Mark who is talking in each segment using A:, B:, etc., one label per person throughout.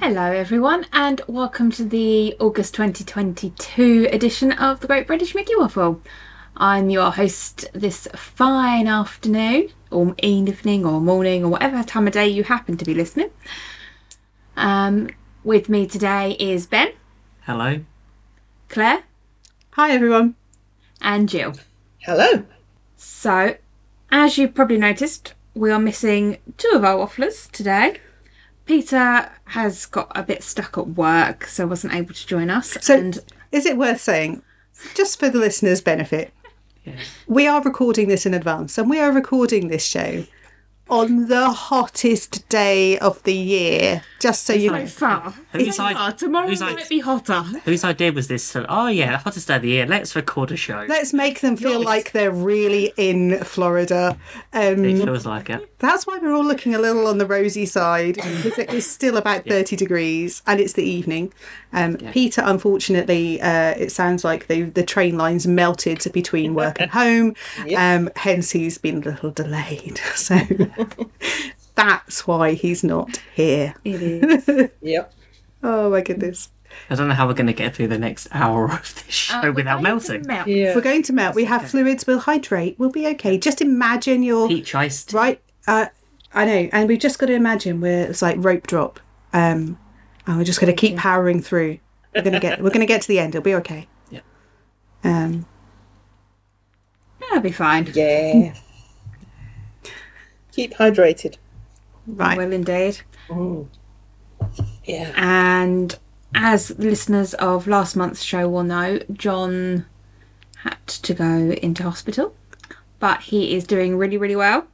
A: Hello, everyone, and welcome to the August 2022 edition of the Great British Mickey Waffle. I'm your host this fine afternoon, or evening, or morning, or whatever time of day you happen to be listening. Um, with me today is Ben,
B: Hello.
A: Claire,
C: Hi everyone.
A: and Jill.
C: Hello.
A: So, as you probably noticed, we are missing two of our wafflers today. Peter has got a bit stuck at work, so wasn't able to join us.
C: So,
A: and
C: is it worth saying, just for the listeners' benefit,
B: Yeah.
C: we are recording this in advance and we are recording this show on the hottest day of the year, just so you know.
A: far.
B: Whose So idea- far. Tomorrow whose might idea-
A: be hotter.
B: Whose idea was this? So- Oh yeah, the hottest day of the year. Let's record a show.
C: Let's make them feel like they're really in Florida.
B: It
C: Um,
B: feels like it.
C: that's why we're all looking a little on the rosy side because it is still about 30 degrees and it's the evening. Um, Peter, unfortunately, uh, it sounds like the, the train lines melted between work and home, um, hence, he's been a little delayed. So that's why he's not here.
A: It is.
D: Yep.
C: Oh, my goodness.
B: I don't know how we're going to get through the next hour of this
A: Uh,
B: show Oh, without melting.
A: Melt.
D: Yeah.
C: We're going to melt. We have fluids, we'll hydrate, we'll be okay. Just imagine you're
B: Peach iced.
C: right uh, i know and we've just got to imagine we're it's like rope drop um and we're just going to keep powering through we're going to get we're going to get to the end it'll be okay
B: Yeah.
C: um
A: That'll be fine.
D: yeah. Keep hydrated.
C: right
A: Well, indeed.
D: Yeah.
A: And as listeners of last month's show will know, John had to go into hospital, but he is doing really, really well.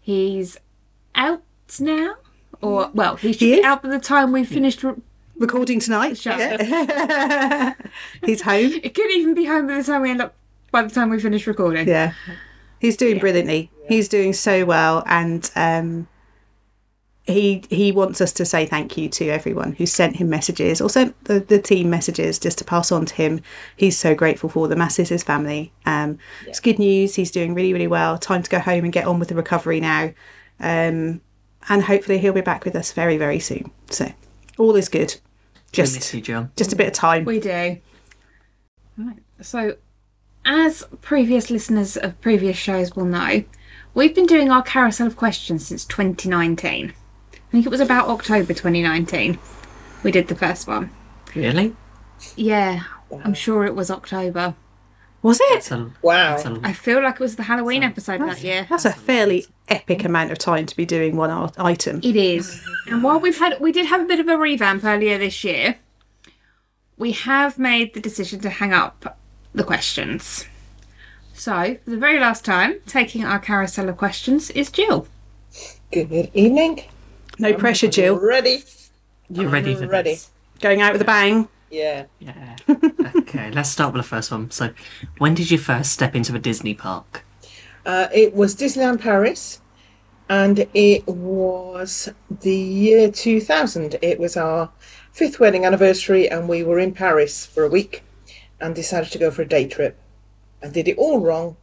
A: He's out now, or well, he should
C: He
A: be
C: is?
A: out by the time we've finished. re-
C: recording tonight
A: Shut
C: yeah. he's home
A: It could even be home by the time we end up. By the time we finish recording,
C: yeah he's doing brilliantly he's doing so well and um he he wants us to say thank you to everyone who sent him messages or sent the, the team messages just to pass on to him he's so grateful for them as is his family um it's good news he's doing really really well time to go home and get on with the recovery now um and hopefully he'll be back with us very very soon so all is good
B: We miss
C: just
B: you, John.
C: just a bit of time
A: we do. Right. So, as previous listeners of previous shows will know, we've been doing our carousel of questions since 2019. I think it was about October 2019 we did the first one.
B: Really?
A: Yeah, I'm sure it was October.
C: was it
B: It's a,
D: Wow.
B: it's a-
A: I feel like it was the Halloween episode that year.
C: that's a fairly epic amount of time to be doing one art- item
A: It is. And while we've had, we did have a bit of a revamp earlier this year, we have made the decision to hang up the questions. So, for the very last time, taking our carousel of questions is Jill.
D: Good evening.
C: No pressure, Jill.
D: Ready?
B: You're ready for
D: Ready.
B: this.
C: Going out with a bang.
D: Yeah.
B: Yeah. okay, let's start with the first one. So, when did you first step into a Disney park?
D: Uh, it was Disneyland Paris, and it was the year 2000. It was our fifth wedding anniversary, and we were in Paris for a week and decided to go for a day trip and did it all wrong.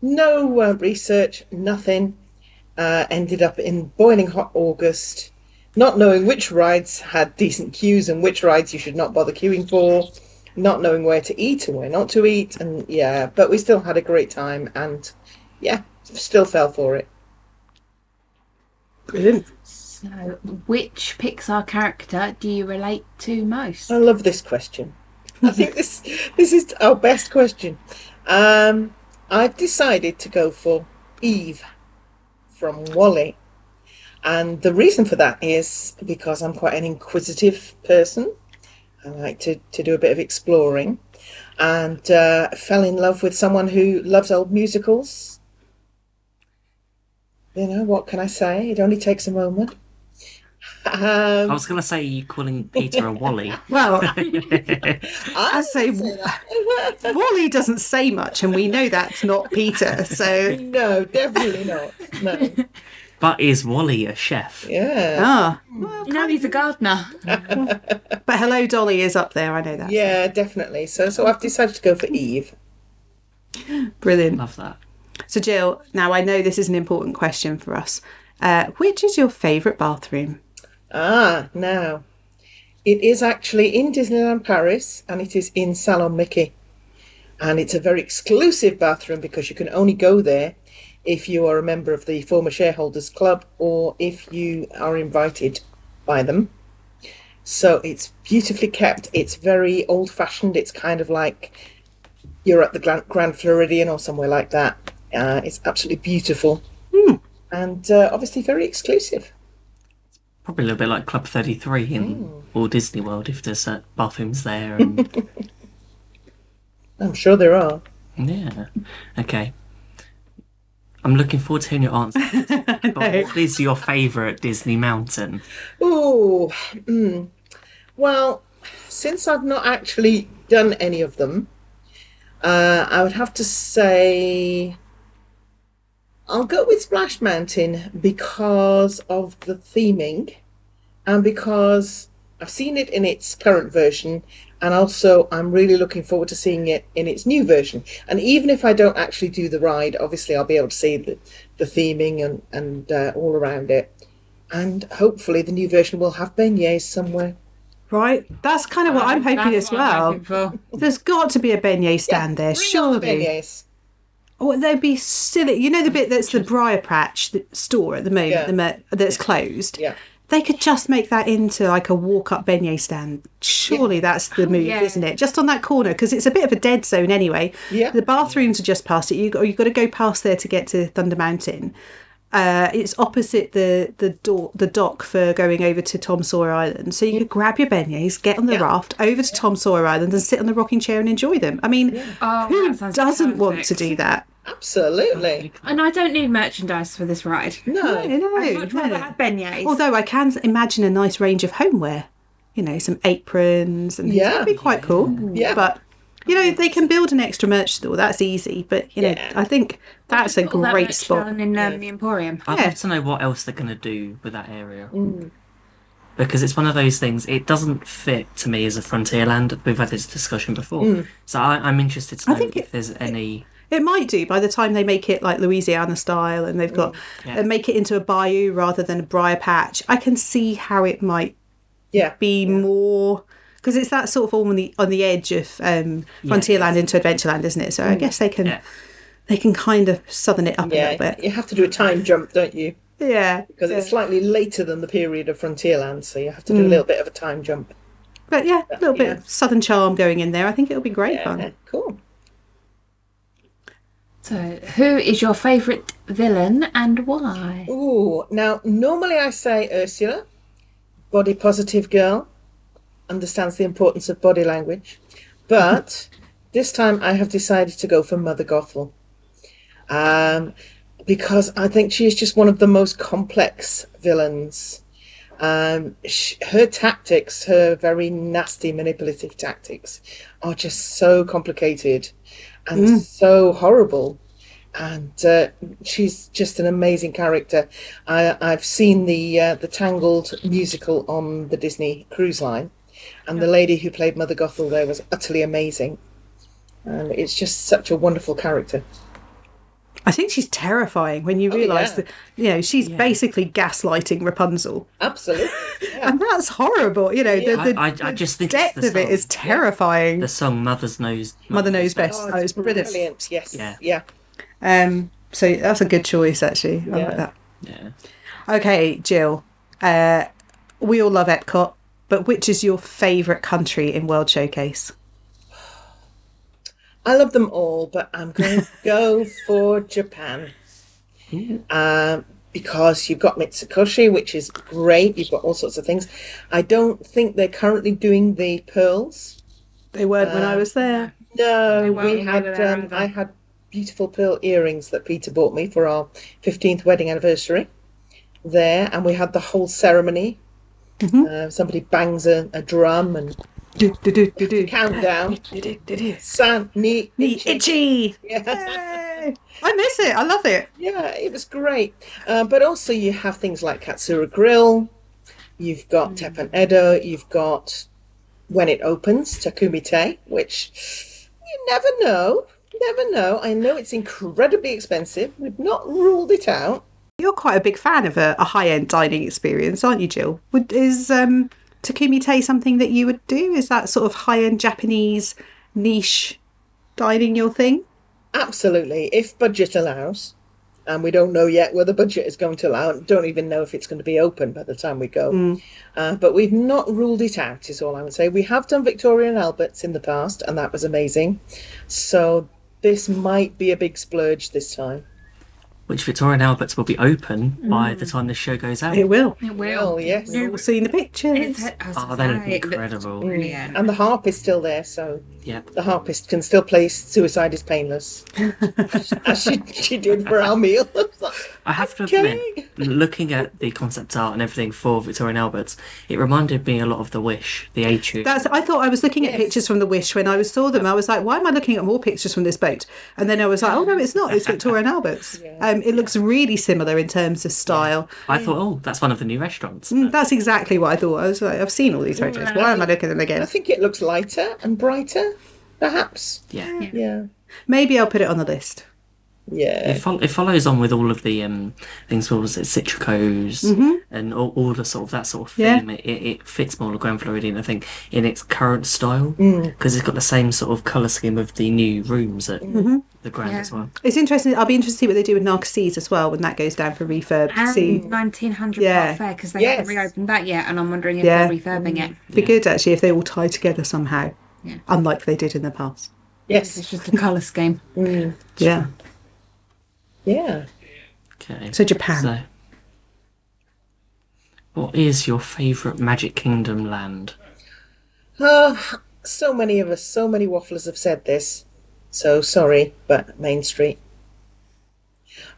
D: No uh, research, nothing. Uh, ended up in boiling hot August, not knowing which rides had decent queues and which rides you should not bother queuing for, not knowing where to eat and where not to eat, and yeah, but we still had a great time and yeah, still fell for it.
C: Brilliant.
A: So, which Pixar character do you relate to most?
D: I love this question. I think this this is our best question. Um, I've decided to go for Eve from Wally, and the reason for that is because I'm quite an inquisitive person. I like to, to do a bit of exploring, and uh, fell in love with someone who loves old musicals. You know what can I say? It only takes a moment. Um,
B: I was going to say you calling Peter a Wally.
C: Well,
D: I
C: I say Wally doesn't say much, and we know that's not Peter. So,
D: No, definitely not. No.
B: But is Wally a chef?
D: Yeah.
C: ah.
A: no, he's a gardener.
C: But Hello Dolly is up there. I know that.
D: Yeah, definitely. So so I've decided to go for Eve.
C: Brilliant.
B: Love that.
C: So, Jill, now I know this is an important question for us. Uh, which is your favourite bathroom?
D: Ah, now. It is actually in Disneyland Paris and it is in Salon Mickey. And it's a very exclusive bathroom because you can only go there if you are a member of the former shareholders club or if you are invited by them. So it's beautifully kept. It's very old fashioned. It's kind of like you're at the Gran- Grand Floridian or somewhere like that. Uh, it's absolutely beautiful and uh, obviously very exclusive.
B: Probably a little bit like Club 33 in
C: Mm.
B: Walt Disney World if there's uh, bathrooms there. And,
D: I'm sure there are.
B: yeah. Okay. I'm looking forward to hearing your answer. but what is your favourite Disney mountain?
D: Ooh, mm. well, since I've not actually done any of them, uh, I would have to say I'll go with Splash Mountain because of the theming and because I've seen it in its current version. And also, I'm really looking forward to seeing it in its new version. And even if I don't actually do the ride, obviously, I'll be able to see the, the theming and, and uh, all around it and hopefully the new version will have beignets somewhere.
C: Right? That's kind of what I'm hoping
A: Uh, That's
C: as
A: what I'm
C: well.
A: hoping for.
C: There's got to be a beignet stand there, surely.
D: Beignets.
C: Oh, they'd be silly. You know the bit that's the Briar Patch th- store at the moment
D: Yeah.
C: the mer- that's closed?
D: Yeah.
C: They could just make that into like a walk up beignet stand. Surely that's the move,
A: Oh, yeah.
C: isn't it? Just on that corner, because it's a bit of a dead zone anyway.
D: Yeah.
C: The bathrooms are just past it. You've got, you've got to go past there to get to Thunder Mountain. Uh, it's opposite the the door the dock for going over to Tom Sawyer Island. So you could grab your beignets, get on the raft over to Tom Sawyer Island, and sit on the rocking chair and enjoy them. I mean,
A: Oh,
C: who
A: that sounds
C: doesn't want to
A: perfect.
C: do that?
D: Absolutely.
A: And I don't need merchandise for this ride.
D: No.
C: No, no,
A: I'd much rather
C: no.
A: have beignets.
C: Although I can imagine a nice range of homeware, you know, some aprons and yeah,
D: Yeah.
C: that'd be quite cool.
D: Yeah.
C: but you know, they can build an extra merch store. That's easy, but you know,
D: Yeah.
C: I think that's a
A: Put all that
C: great
A: merch
C: spot.
A: down in um, the Emporium.
B: I'd
C: Yeah. Mm.
B: love to know what else they're going to do with that area. Because it's one of those things, it doesn't fit to me as a frontier land. We've had this discussion before. So I, I'm interested to know
C: Mm. think
B: if
C: it-
B: there's any.
C: It might do by the time they make it like Louisiana style, and they've got
D: Mm.
B: Yeah.
C: and make it into a bayou rather than a briar patch. I can see how it might
D: Yeah.
C: be more because it's that sort of on the on the edge of um, Frontierland into Adventureland, isn't it? So I guess they can
B: Yeah.
C: they can kind of southern it up a little
D: Yeah.
C: bit.
D: You have to do a time jump, don't you?
C: Yeah, Hmm.
D: Because it's slightly later than the period of Frontierland, so you have to do a little bit of a time jump.
C: but yeah, a little bit
D: yeah.
C: of southern charm going in there. I think it'll be great
D: Yeah,
C: fun.
D: cool.
A: So, who is your favourite villain and why?
D: Ooh, now normally I say Ursula, body positive girl, understands the importance of body language, but this time I have decided to go for Mother Gothel, um, because I think she is just one of the most complex villains. Um, sh her tactics, her very nasty manipulative tactics, are just so complicated and so horrible and uh, she's just an amazing character. I, I've seen the uh, the Tangled musical on the Disney Cruise Line, and the lady who played Mother Gothel there was utterly amazing, and it's just such a wonderful character.
C: I think she's terrifying when you realise
D: yeah.
C: that you know she's basically gaslighting Rapunzel,
D: Absolutely,
C: and that's horrible. You know, the, the
B: I, I, I just think it's
C: depth
B: the
C: of it
B: song.
C: is terrifying.
B: the song Mother's Knows
C: Mother knows best.
D: Oh,
C: Oh, it's brilliant.
D: brilliant. Yes,
B: Yeah.
D: yeah.
C: Um, so that's a good choice actually. I like
D: Yeah.
C: that.
B: Yeah.
C: Okay, Jill. Uh, we all love Epcot, but which is your favourite country in World Showcase?
D: I love them all, but I'm going to go for Japan. Um, because you've got Mitsukoshi, which is great. You've got all sorts of things. I don't think they're currently doing the pearls.
C: They weren't when I was there.
D: No,
A: weren't
D: we
A: when we
D: had.
A: were there
D: um,
A: either.
D: I had beautiful pearl earrings that Peter bought me for our fifteenth wedding anniversary there, and we had the whole ceremony. Uh, somebody bangs a, a drum and
C: Do, do, do, do, do.
D: countdown.
C: Do, do, do, do.
D: San ni
C: Knee itchy. Yay. I miss it. I love it.
D: Yeah, it was great. Uh, but also, you have things like Katsura Grill, you've got Teppan Edo, you've got when it opens, Takumi Te, which you never know. Never know. I know it's incredibly expensive. We've not ruled it out.
C: You're quite a big fan of a, a high end dining experience, aren't you, Jill? Would, is um, Takumite something that you would do? Is that sort of high end Japanese niche dining your thing?
D: Absolutely, if budget allows. And we don't know yet whether budget is going to allow. Don't even know if it's going to be open by the time we go. Uh, but we've not ruled it out, is all I would say. We have done Victoria and Albert's in the past, and that was amazing. So this might be a big splurge this time.
B: Which Victoria and Albert's will be open by the time this show goes out.
C: Mm. It will.
A: It
D: Oh
A: will.
D: yes,
C: We've all seen the pictures.
A: It's, I was
B: Oh,
A: gonna
B: that would
A: say,
B: be
A: it looked
B: incredible.
A: Brilliant.
D: and the harp is still there, so
B: Yep.
D: the harpist can still play "Suicide is Painless," as she, she did for our meal.
B: I have to
D: Okay.
B: admit, looking at the concept art and everything for Victoria and Albert's, it reminded me a lot of The Wish, the etude.
C: That's. I thought I was looking at pictures from the Wish when I was- saw them. I was like, why am I looking at more pictures from this boat? And then I was like, oh no, it's not. It's Victoria and Albert's. Um, it looks really similar in terms of style.
B: I thought, oh, that's one of the new restaurants.
C: Mm, That's exactly what I thought. I was like, I've seen all these photos. Why am I looking at them
D: I
C: again?
D: think it looks lighter and brighter, perhaps.
B: Yeah.
D: Yeah,
C: Maybe I'll put it on the list.
D: yeah.
B: It, fol- it follows on with all of the um, things, what was it, Citrico's and all, all the sort of that sort of
C: Yeah.
B: theme. It, it, it fits more the Grand Floridian, I think, in its current style because it's got the same sort of colour scheme of the new rooms at the Grand as well.
C: It's interesting. I'll be interested to see what they do with Narcissus as well when that goes down for refurb.
A: And
C: see,
A: 1900
C: Yeah.
A: Park Fair because they
D: Yes.
A: haven't reopened that yet, and I'm wondering if
C: Yeah.
A: they're refurbing it.
C: it'd be good actually if they all tie together somehow,
A: Yeah.
C: unlike they did in the past.
A: It's
D: Yes,
A: just a colour scheme.
C: Yeah.
D: yeah.
B: Okay.
C: So Japan.
B: So, what is your favourite Magic Kingdom land?
D: Oh, so many of us, so many wafflers have said this. So sorry, but Main Street.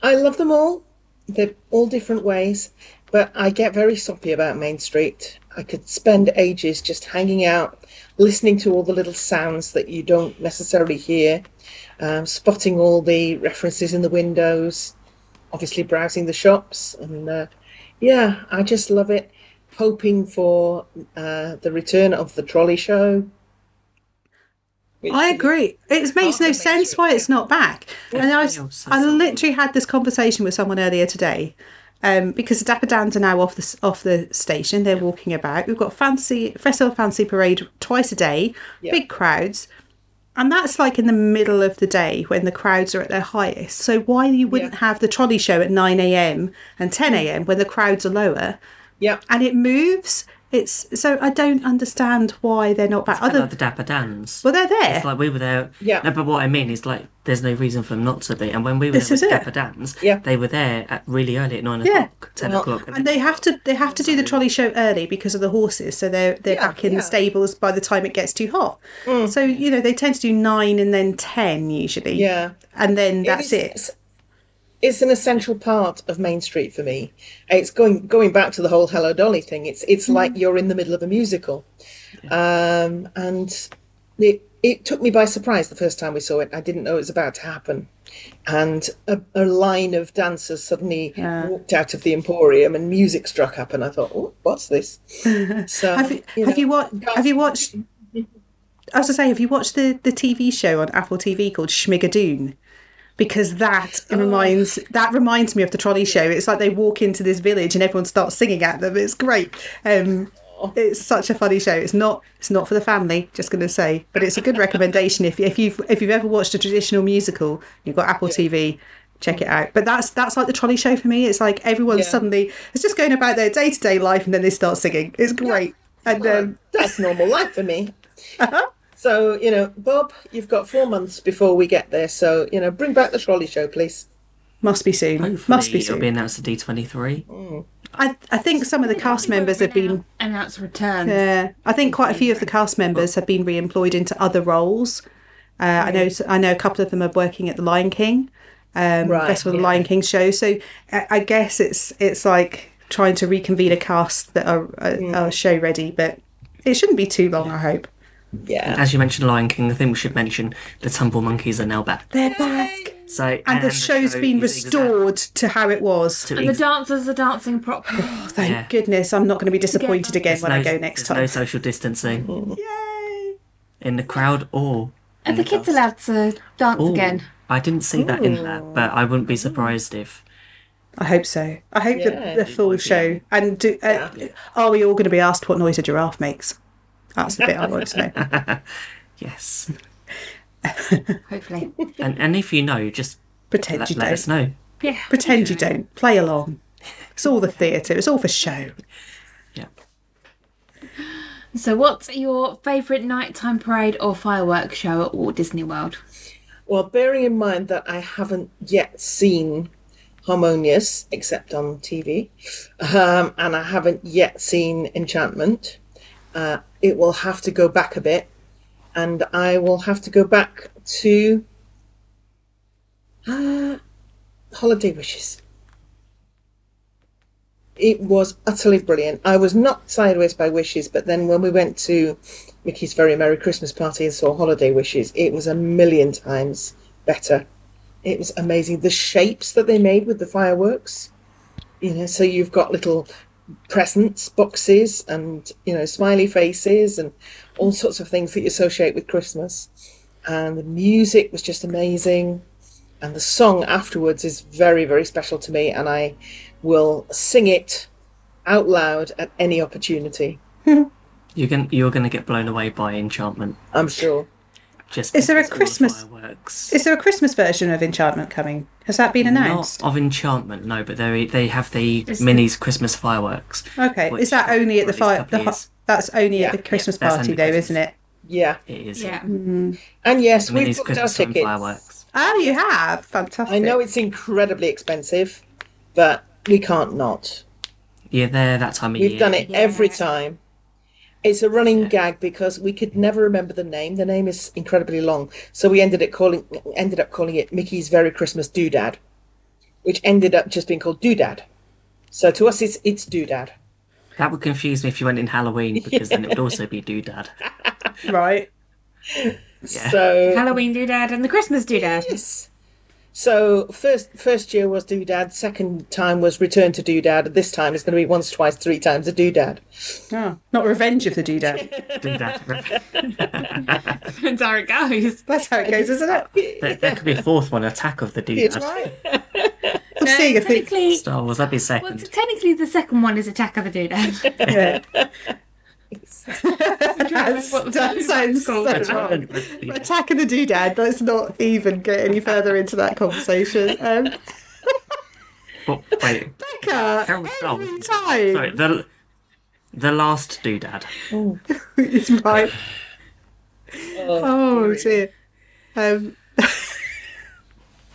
D: I love them all. They're all different ways, but I get very soppy about Main Street. I could spend ages just hanging out, listening to all the little sounds that you don't necessarily hear, um, spotting all the references in the windows, obviously browsing the shops, and uh, yeah, I just love it. Hoping for uh, the return of the trolley show. which-
C: I agree. It makes no
D: Can't
C: sense why it's not back. And I,
B: Everything else has
C: I
B: something.
C: literally had this conversation with someone earlier today, um, because the Dapper Dans are now off the s- off the station. They're walking about. We've got fancy Fresno Fancy Parade twice a day, big crowds, and that's like in the middle of the day when the crowds are at their highest. So why you wouldn't have the trolley show at nine a.m. and ten a.m. when the crowds are lower,
D: Yeah,
C: and it moves. It's so I don't understand why they're not back.
B: Other, like
C: Other
B: the Dapper Dans.
C: well, they're there.
B: It's like we were there.
D: Yeah.
B: No, but what I mean is like there's no reason for them not to be. And when we were
C: This
B: there
C: is
B: with
C: it.
B: Dapper Dans,
D: Yeah.
B: they were there at really early at nine
C: Yeah.
B: o'clock, ten
D: Well,
B: o'clock.
C: And they have to they have to do the trolley show early because of the horses, so they're they're
D: Yeah,
C: back in
D: yeah. Mm.
C: the stables by the time it gets too hot. So you know they tend to do nine and then ten usually.
D: yeah.
C: and then that's
D: is-
C: it.
D: It's, it's an essential part of Main Street for me. It's going going back to the whole Hello Dolly thing. It's it's like
C: Mm.
D: you're in the middle of a musical, um, and it it took me by surprise the first time we saw it. I didn't know it was about to happen, and a, a line of dancers suddenly walked out of the Emporium and music struck up, and I thought, oh, what's this? So
C: Have you,
D: you
C: have
D: know,
C: you watched Have you watched? I was to say, have you watched the the TV show on Apple TV called Schmigadoon? Because that reminds that reminds me of the trolley show. It's like they walk into this village and everyone starts singing at them. It's great. Um, it's such a funny show. It's not it's not for the family. Just going to say, but it's a good recommendation if if you've if you've ever watched a traditional musical, you've got Apple TV. Check it out. But that's that's like the trolley show for me. It's like everyone suddenly is just going about their day to day life and then they start singing. It's great. And um,
D: that's normal life for me. So, you know, Bob, you've got four months before we get there. So, you know, bring back the trolley show, please.
C: must be soon.
B: Hopefully
C: must be
B: it'll
C: soon. Mm.
B: be announced at D twenty three.
C: I, I think some of the cast members have been.
A: announced returns.
C: Yeah, I think quite a few of the cast members have been re-employed into other roles. Uh, I know. I know a couple of them are working at the Lion King. Um,
D: Right,
C: Festival of the Lion King show. So I, I guess it's it's like trying to reconvene a cast that are, are, are show ready, but it shouldn't be too long. I hope
D: Yeah.
B: As you mentioned, Lion King. I think we should mention the Tumble Monkeys are now back.
C: they're back,
B: So
C: and, the show's
B: show
C: been
B: is exact-
C: restored to how it was.
B: to
A: And the dancers are dancing properly.
C: Oh, thank
B: Yeah.
C: goodness, I'm not going to be disappointed again
B: There's
C: when
B: no-
C: I go next
B: there's
C: time. Mm.
B: No social distancing
C: Yay!
B: in the crowd or.
A: Are the kids allowed to dance
B: Ooh,
A: again?
B: I didn't see that in that, but I wouldn't be surprised if
C: I hope so. I hope
D: Yeah.
C: that the full show. And do, uh, are we all going to be asked what noise a giraffe makes? That's the bit I want to know.
B: Yes.
A: Hopefully.
B: And and if you know, just
C: Pretend
B: let,
C: you
B: let us
C: don't.
B: know.
A: Yeah.
C: Pretend you don't. Play along. It's all the theatre. It's all for show.
B: Yeah.
A: So, what's your favourite nighttime parade or fireworks show at Walt Disney World?
D: Well, bearing in mind that I haven't yet seen Harmonious except on TV, um, and I haven't yet seen Enchantment, uh, it will have to go back a bit, and I will have to go back to uh, Holiday Wishes. It was utterly brilliant. I was knocked sideways by Wishes, but then when we went to Mickey's Very Merry Christmas Party and saw Holiday Wishes, it was a million times better. It was amazing. The shapes that they made with the fireworks, you know, so you've got little presents, boxes, and, you know, smiley faces and all sorts of things that you associate with Christmas. And the music was just amazing. And the song afterwards is very, very special to me, and I will sing it out loud at any opportunity,
B: You're going you're gonna get blown away by enchantment.
D: I'm sure.
B: Just
C: Is there a
B: because all the
C: Christmas-
B: fireworks?
C: Is there a Christmas version of Enchantment coming? Has that been announced?
B: Not of enchantment, no, but they they have the
A: Is the-
B: minis Christmas fireworks.
C: okay. Is that
B: which
C: only at the
B: released a
C: fire?
B: couple
C: The, ho-
B: years.
C: that's only
D: Yeah.
C: at the Christmas
B: that's
C: party,
B: only
C: though,
B: Christmas.
C: isn't it?
D: Yeah.
B: It is.
A: Yeah.
D: And yes, we've
B: Minis
D: booked our
B: Christmas time
D: tickets.
B: fireworks.
C: Oh, you have. Fantastic.
D: I know it's incredibly expensive, but we can't not.
B: Yeah, they're that time of
D: We've
B: year.
D: done it every
A: Yeah.
D: time. It's a running gag because we could never remember the name. The name is incredibly long, so we ended it calling ended up calling it Mickey's Very Christmas Doodad, which ended up just being called Doodad. So to us, it's it's Doodad.
B: That would confuse me if you went in Halloween because then it would also be doodad.
C: right.
D: So
A: Halloween doodad and the Christmas doodad.
D: Yes. So first first year was Doodad, second time was Return to Doodad, and this time it's going to be once, twice, three times a Doodad.
C: Oh, not Revenge of the Doodad.
B: Doodad.
A: That's how it goes.
C: That's how it goes, isn't it?
B: there, there could be a fourth one, Attack of the
D: It's
B: Doodad.
D: right.
C: We'll
A: Uh,
C: see if it-
A: technically,
B: Star Wars, that'd be
A: well,
B: second.
A: technically, the second one is Attack of the Doodad.
C: Yeah. That's-
A: what was-
C: that sounds so
A: Attack
C: wrong. Attack of the Doodad. Let's not even get any further into that conversation. Um,
B: Oh, wait,
C: Becca,
B: Carol Star
C: every
B: Wars.
C: time.
B: Sorry, the, the last doodad.
C: It's right. Oh, dear. Um,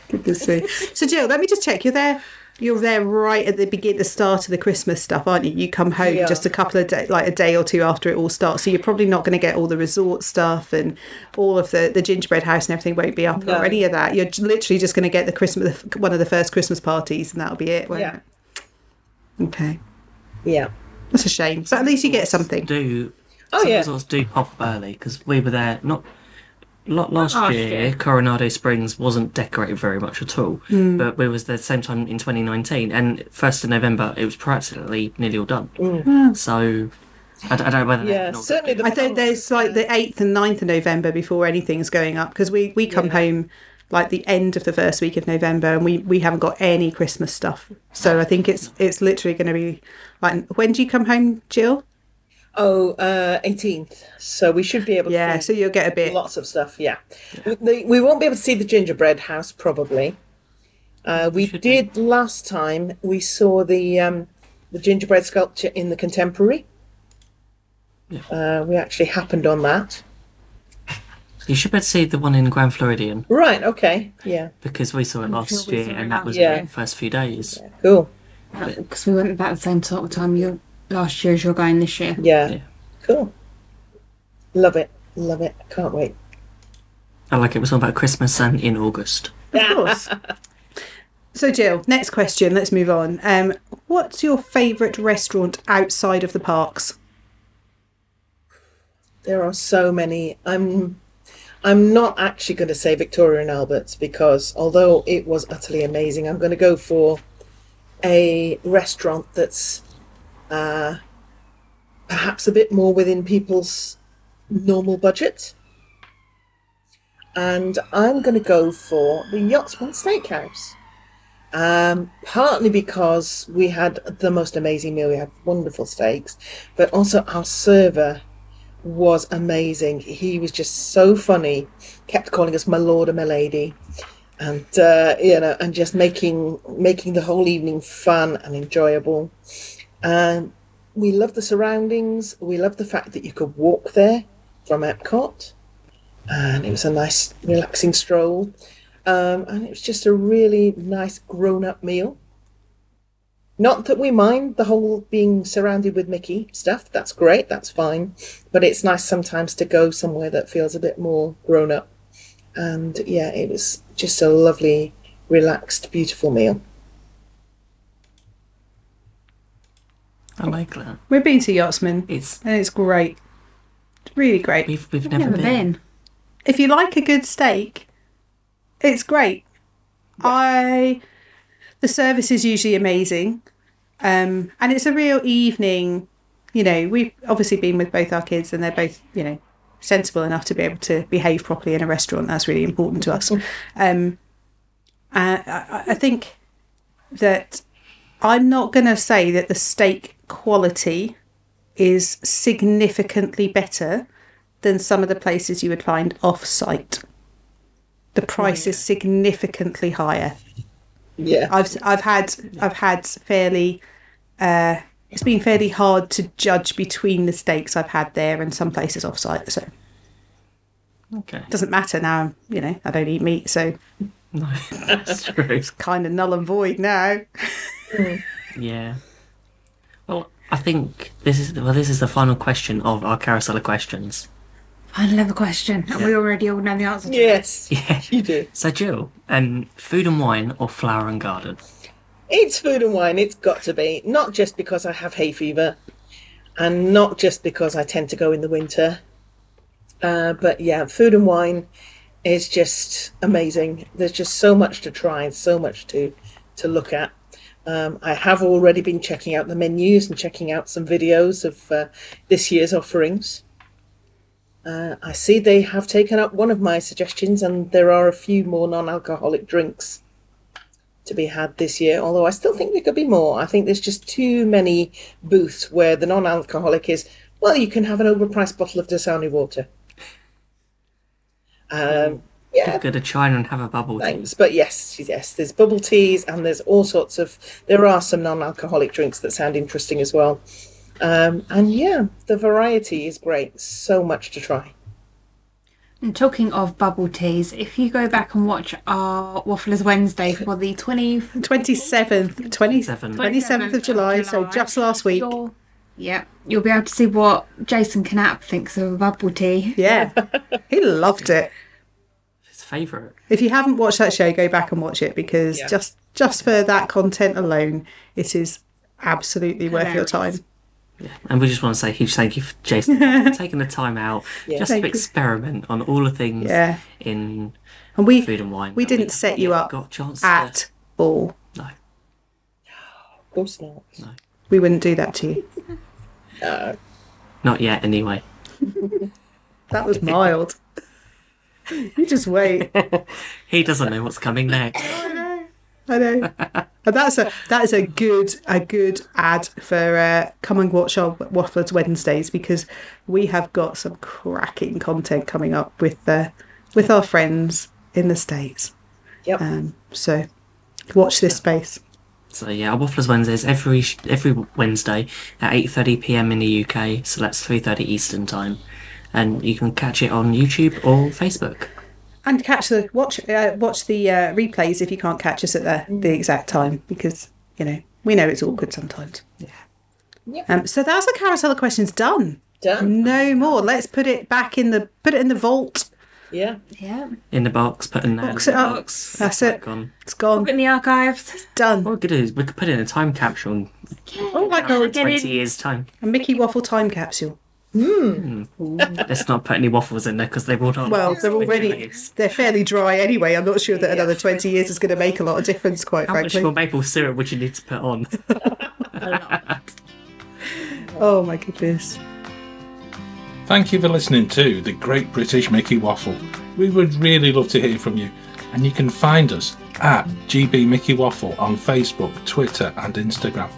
C: good to see. So, Jill, let me just check. You're there. You're there right at the begin, the start of the Christmas stuff, aren't you? You come home
D: Yeah.
C: just a couple of days, like a day or two after it all starts. So you're probably not going to get all the resort stuff and all of the, the gingerbread house and everything won't be up
D: No.
C: or any of that. You're j- literally just going to get the Christmas one of the first Christmas parties and that'll be it, won't
D: Yeah.
C: it? Okay,
D: Yeah.
C: that's a shame. So at least you get something.
B: Do
D: Oh,
B: some
D: yeah.
B: resorts do pop up early because we were there not. Lot last
A: last
B: year,
A: year.
B: Coronado Springs wasn't decorated very much at all,
A: Hmm.
B: but we was there the same time in 2019, and first of November it was practically nearly all done.
A: Hmm.
B: So I, d- I don't know whether
D: Yeah,
B: they've not-
D: certainly the
C: I think there's like the 8th and 9th of November before anything's going up because we, we come home like the end of the first week of November and we, we haven't got any Christmas stuff. So I think it's it's literally going to be like, when do you come home, Jill?
D: Oh, uh, 18th. So we should be able
C: Yeah,
D: to
C: so
D: see
C: you'll get a bit.
D: lots of stuff. Yeah. We, the, we won't be able to see the gingerbread house, probably. Uh, we did last time. We saw the um, the gingerbread sculpture in the contemporary. Uh, we actually happened on that.
B: you should be able to see the one in Grand Floridian
D: Right. Okay. Yeah.
B: because we saw it last
A: sure we
B: year,
A: saw it
B: and that
A: last
B: was
D: year.
B: the first few days.
D: Cool.
A: Because we went about the same sort of time you last year as you're going this year.
D: Yeah.
B: Yeah.
D: Cool. Love it. Love it. Can't wait.
B: And like it was all about Christmas and in August.
C: Of course. so, Jill, next question. Let's move on. Um, what's your favourite restaurant outside of the parks?
D: There are so many. I'm I'm not actually going to say Victoria and Albert's because although it was utterly amazing, I'm going to go for a restaurant that's uh, perhaps a bit more within people's normal budget. And I'm going to go for the Yachtsman Steakhouse. um, partly because we had the most amazing meal. We had wonderful steaks, but also our server was amazing. He was just so funny, kept calling us my lord and my lady, and uh, you know, and just making making the whole evening fun and enjoyable. And we loved the surroundings. We loved the fact that you could walk there from Epcot, and it was a nice, relaxing stroll. Um, and it was just a really nice grown-up meal. Not that we mind the whole being surrounded with Mickey stuff. That's great. That's fine. But it's nice sometimes to go somewhere that feels a bit more grown up. And yeah, it was just a lovely, relaxed, beautiful meal.
B: I like that.
C: We've been to Yachtsman
B: It's
C: and it's great. It's really great.
B: we've we've never,
A: Never
B: been.
A: been.
C: If you like a good steak, it's great. I the service is usually amazing. Um and it's a real evening, you know, we've obviously been with both our kids and they're both, you know, sensible enough to be able to behave properly in a restaurant. That's really important to us. Um uh, I, I think that I'm not going to say that the steak quality is significantly better than some of the places you would find off site. The price is significantly higher.
D: Yeah.
C: I've I've had I've had fairly uh, it's been fairly hard to judge between the steaks I've had there and some places off site. So it
B: Okay,
C: doesn't matter now. I'm, you know I don't eat meat, so
B: no, that's true.
C: kind of null and void now.
B: Yeah. Well, I think this is well. This is the final question of our carousel of questions.
A: Final level question, and we already all know the answer. to it.
D: Yes. You do.
B: So, Jill, um, food and wine or flower and garden?
D: It's food and wine. It's got to be. Not just because I have hay fever, and not just because I tend to go in the winter. Uh, but yeah, food and wine is just amazing. There's just so much to try and so much to to look at. Um, I have already been checking out the menus and checking out some videos of uh, this year's offerings. Uh, I see they have taken up one of my suggestions, and there are a few more non-alcoholic drinks to be had this year, although I still think there could be more. I think there's just too many booths where the non alcoholic is, well, you can have an overpriced bottle of Dasani water. Um, yeah,
B: Go to China and have a bubble tea.
D: thanks. But yes, yes, there's bubble teas and there's all sorts of, there are some non alcoholic drinks that sound interesting as well. Um, and yeah, the variety is great. So much to try.
A: And talking of bubble teas, if you go back and watch our Wafflers Wednesday for the 20
C: Twenty seventh, twenty
B: Seven.
C: twenty seventh of July. So just last week.
A: You'll, yeah, you'll be able to see what Jason Knapp thinks of a bubble tea.
C: Yeah, he loved it.
B: His favourite.
C: If you haven't watched that show, go back and watch it because
D: Yeah.
C: just just for that content alone, it is absolutely worth your
A: Hilarious.
C: time.
B: And we just want to say a huge thank you for Jason for taking the time out just
C: Thank
B: to
C: you.
B: experiment on all the things
C: Yeah.
B: in
C: And we
B: food and wine.
C: we
B: that we
C: didn't set you
B: haven't
C: up
B: got a chance to-
C: at all.
B: No.
D: Of course not.
C: We wouldn't do that to you.
B: Not yet, anyway.
C: That was mild. you just wait.
B: He doesn't know what's coming next.
C: I know. And that's a that is a good a good ad for uh, come and watch our Wafflers Wednesdays because we have got some cracking content coming up with uh, with our friends in the states.
D: Yep.
C: Um, so watch this space.
B: So yeah, Wafflers Wednesdays every sh- every Wednesday at eight thirty p.m. in the UK. So that's three thirty Eastern time, and you can catch it on YouTube or Facebook.
C: and catch the watch uh, watch the uh, replays if you can't catch us at the, the exact time because you know we know it's awkward sometimes.
D: Yeah.
C: Um, so that's the carousel of questions done.
D: Done.
C: No more. Let's put it back in the put it in the vault.
D: Yeah.
A: Yeah.
B: In the box, put in that.
C: Box it up. That's it.
B: Back on. Oh,
C: It's gone.
A: Look in the archives.
C: Done.
B: What we could do is we could put it in a time capsule in
C: Oh my god.
A: Get
B: twenty
A: in.
B: years time.
C: A Mickey waffle time capsule.
B: Let's not put any waffles in there because they've all done.
C: Well, they're already they're fairly dry anyway. I'm not sure that another 20 years is going to make a lot of difference, quite
B: How much
C: frankly.
B: more maple syrup would you need to put on?
C: Oh my goodness.
E: Thank you for listening to the Great British Mickey Waffle. We would really love to hear from you, and you can find us at GB Mickey Waffle on Facebook, Twitter, and Instagram.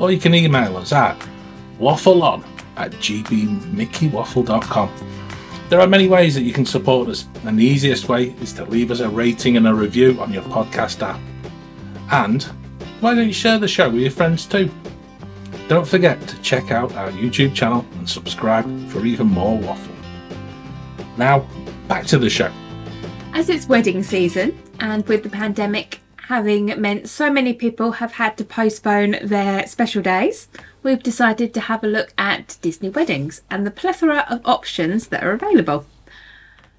E: Or you can email us at waffleon at gbmickeywaffle.com. There are many ways that you can support us, and the easiest way is to leave us a rating and a review on your podcast app. And why don't you share the show with your friends too? Don't forget to check out our YouTube channel and subscribe for even more waffle. Now, back to the show.
A: As it's wedding season, and with the pandemic having meant so many people have had to postpone their special days, we've decided to have a look at Disney weddings and the plethora of options that are available.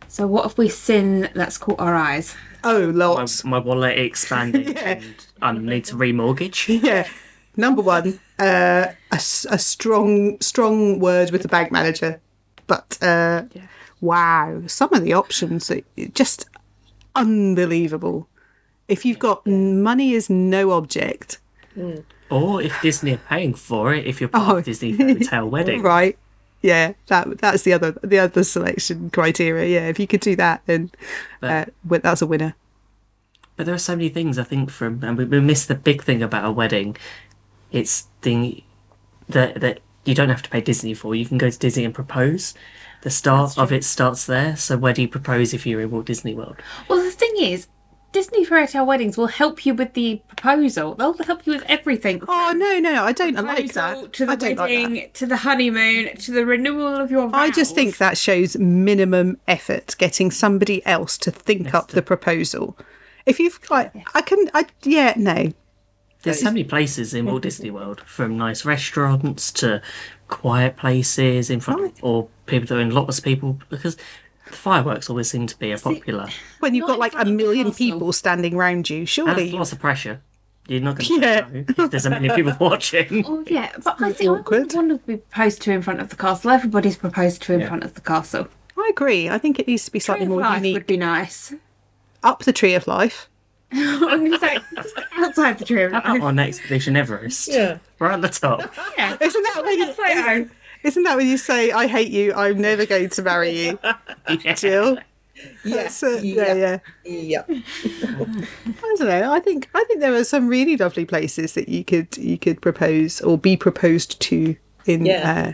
A: So, what have we seen that's caught our eyes?
C: Oh,
B: My,
C: lots.
B: my wallet expanded and I need to remortgage.
C: Yeah. Number one, uh, a, s- a strong, strong word with the bank manager. But uh, wow, some of the options that just unbelievable. If you've got money is no object,
B: Or if Disney are paying for it, if you're part
C: Oh.
B: of Disney Fairy Tale Wedding.
C: right? Yeah, that that's the other the other selection criteria. Yeah, if you could do that, then uh, wi- that's a winner.
B: But there are so many things I think from, and we, we miss the big thing about a wedding. It's the that that you don't have to pay Disney for. You can go to Disney and propose. The start of it starts there. So where do you propose if you're in Walt Disney World?
A: Well, the thing is, Disney fairy tale weddings will help you with the proposal. They'll help you with everything.
C: Oh no, no, I don't I like
A: proposal
C: that.
A: to the
C: I don't like that.
A: wedding, to the honeymoon, to the renewal of your vows.
C: I just think that shows minimum effort getting somebody else to think up the proposal. If you've like, I can, I yeah, no,
B: There's so many places in Walt Disney World, from nice restaurants to quiet places in
C: Oh,
B: front, of, or people that are in lots of people because the fireworks always seem to be a popular.
C: when you've
A: Not
C: got
A: in
C: like a
A: front of the
C: million
A: castle.
C: people standing round you, surely
B: That's
C: you,
B: lots of pressure. You're not going to
C: Yeah.
B: know if there's a million people watching.
A: Oh yeah, but I think I
C: awkward.
A: wouldn't want to be proposed to in front of the castle. Everybody's proposed to in front of the castle.
C: I agree. I think it needs to be
A: Tree
C: slightly
A: of
C: more
A: life
C: unique.
A: would be nice.
C: Up the tree of life.
A: I'm gonna say just outside the tree of
B: How about
A: life.
B: on Expedition Everest?
D: Yeah.
B: Right at the top.
A: Yeah.
C: Isn't that when you,
A: Photo.
C: isn't that when you say, "I hate you. I'm never going to marry you,
B: Yeah.
C: Jill"?
D: Yes.
C: That's it. yeah, yeah.
D: Yeah.
C: I don't know. I think I think there are some really lovely places that you could you could propose or be proposed to in uh,
D: Yeah.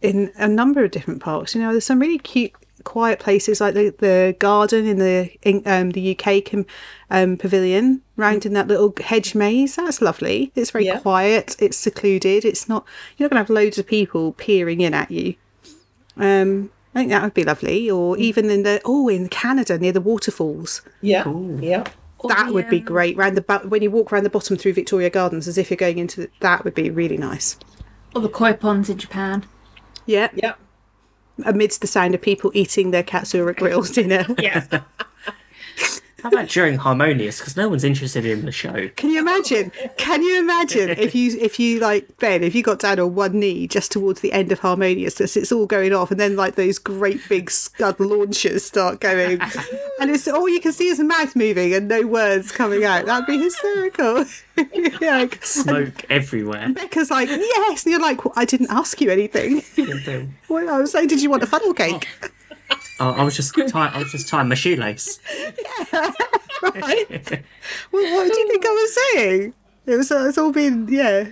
C: in a number of different parks. You know, there's some really cute quiet places like the, the garden in the in, um, the UK com, um, pavilion round in that little hedge maze. That's lovely. It's very
D: Yeah.
C: quiet. It's secluded. It's not you're not going to have loads of people peering in at you. Um, I think that would be lovely.
D: Mm.
C: Or even in the oh in Canada near the waterfalls.
D: Yeah. Yeah.
C: That
A: the,
C: would be
A: um,
C: great. Round the bu- when you walk around the bottom through Victoria Gardens, as if you're going into the, that would be really nice.
A: Or the koi ponds in Japan.
C: Yeah,
D: Yeah.
C: amidst the sound of people eating their katsura grills dinner.
A: Yeah.
B: How about during Harmonious? Because no one's interested in the show.
C: Can you imagine? Can you imagine if you if you like Ben, if you got down on one knee just towards the end of Harmonious, as it's all going off, and then like those great big scud launchers start going, and it's all you can see is a mouth moving and no words coming out. That'd be hysterical. yeah,
B: Smoke everywhere.
C: Becca's like yes, and you're like, well, I didn't ask you anything. Well, I was saying, did you want a funnel cake?
B: I, I was just tie- I was just tying my shoelace. Oh.
C: Well, what do you think I was saying? It was. uh, It's all been yeah,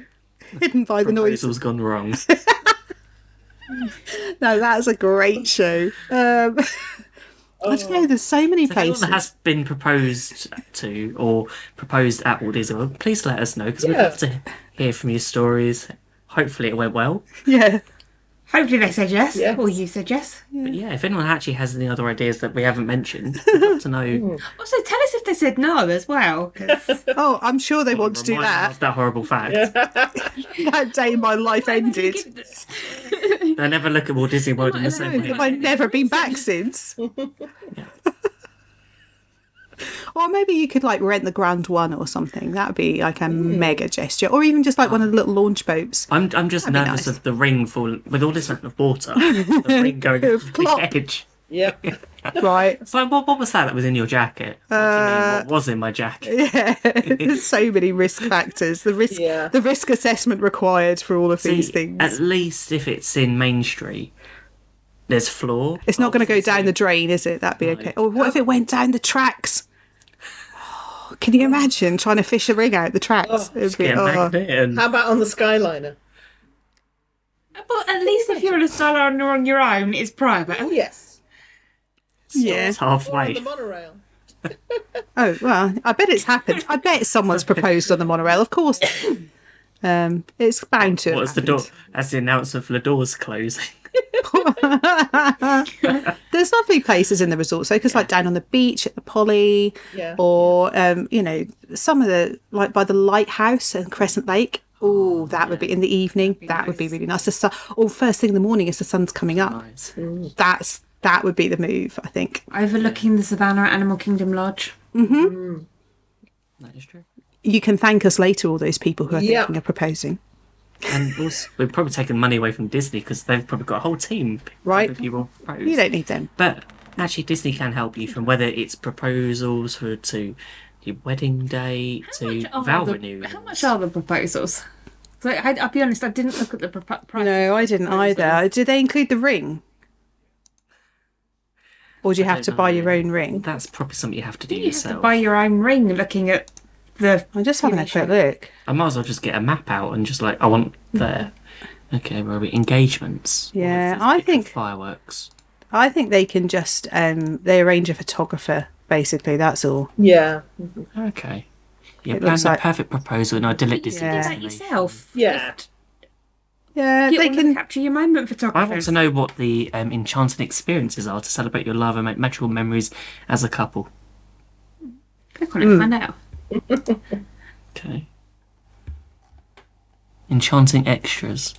C: hidden by the noise.
B: Proposal's gone wrong.
C: No, that's a great show. Um, I don't know. There's so many
B: Anyone
C: places.
B: that Oh. has been proposed to or proposed at Walt Disney World, please let us know because we'd
D: Yeah.
B: love to hear from your stories. Hopefully it went well.
C: Yeah,
A: Hopefully they said yes.
D: Yes.
A: Or you said yes.
B: But yeah, if anyone actually has any other ideas that we haven't mentioned, we'd love to know.
A: Also, tell us if they said no as well, 'cause-
C: Oh, I'm sure they want to do
B: Remind us
C: that.
B: of that horrible fact.
C: That day my life ended.
B: They never look at Walt Disney World in the same way.
C: Have I never been back since? Or maybe you could like rent the Grand One or something. That'd be like a
B: Mm.
C: mega gesture, or even just like one of the little launch boats.
B: I'm I'm just nervous
C: nice.
B: of the ring falling with all this amount of water. the ring going off
C: Plop.
B: the edge.
D: Yeah.
C: Right?
B: So what, what was that that was in your jacket? What, do you
C: Uh,
B: mean, what was in my jacket?
C: Yeah, there's so many risk factors. The risk,
D: Yeah.
C: the risk assessment required for all of these
B: See,
C: things.
B: At least if it's in Main Street, there's floor.
C: It's not going to go down the drain, is it? That'd be okay. Or what if it went down the tracks? Can you imagine trying to fish a ring out the tracks? It'd be,
B: Get a
C: oh.
B: magnet and
D: How about on the Skyliner?
A: But at least if you're in a Starliner and you're on your own, it's private.
D: Oh, yes.
C: yeah.
B: it's
D: Or on
B: halfway.
D: the monorail.
C: Oh well, I bet it's happened. I bet someone's proposed on the monorail. Of course, um, it's bound to. have
B: What's the door?
C: happened.
B: That's the announcement for the doors closing.
C: There's lovely places in the resorts, though, because like down on the beach at the Polly,
D: Yeah.
C: or um, you know, some of the like by the lighthouse and Crescent Lake. Oh, that would be in the evening. that would be really nice. The sun, or first thing in the morning as the sun's coming up.
B: Nice.
C: That's that would be the move, I think.
A: Overlooking the Savannah Animal Kingdom Lodge.
B: That is true.
C: You can thank us later, all those people who are
D: Yeah.
C: thinking of proposing.
B: And also, we're probably taking money away from Disney because they've probably got a whole team. of
C: Right.
B: People propose.
C: You don't need them.
B: But actually, Disney can help you from whether it's proposals for, to your wedding day to
A: How much
B: vow
A: are the-
B: renewals.
A: How much are the proposals? So I, I'll be honest, I didn't look at the propo- price.
C: No, I didn't either. Do they include the ring? Or do you have
B: don't
C: to buy
B: know.
C: your own ring?
B: That's probably something you have to do
A: You have
B: yourself.
A: to buy your own ring looking at the.
C: I'm just having a quick look.
B: I might as well just get a map out and just like I want there. Okay, where are we? Engagements. Well,
C: Yeah,
B: let's
C: I
B: pick
C: think-
B: fireworks.
C: I think they can just um, they arrange a photographer. Basically, that's all.
D: Yeah.
B: Okay. Yeah,
C: It
B: plan
C: looks
B: the
C: like-
B: perfect proposal in idyllic Disney
A: Do
C: Yeah.
A: that
B: destination.
A: yourself.
D: Yeah.
A: Just
C: Yeah,
A: Get
C: they
A: one of the
C: can.
A: capture your moment
B: I
A: photographers.
B: want to know what the um, enchanting experiences are to celebrate your love and make magical memories as a couple.
A: Click on it, find
C: Hmm.
A: out.
B: Okay. Enchanting extras.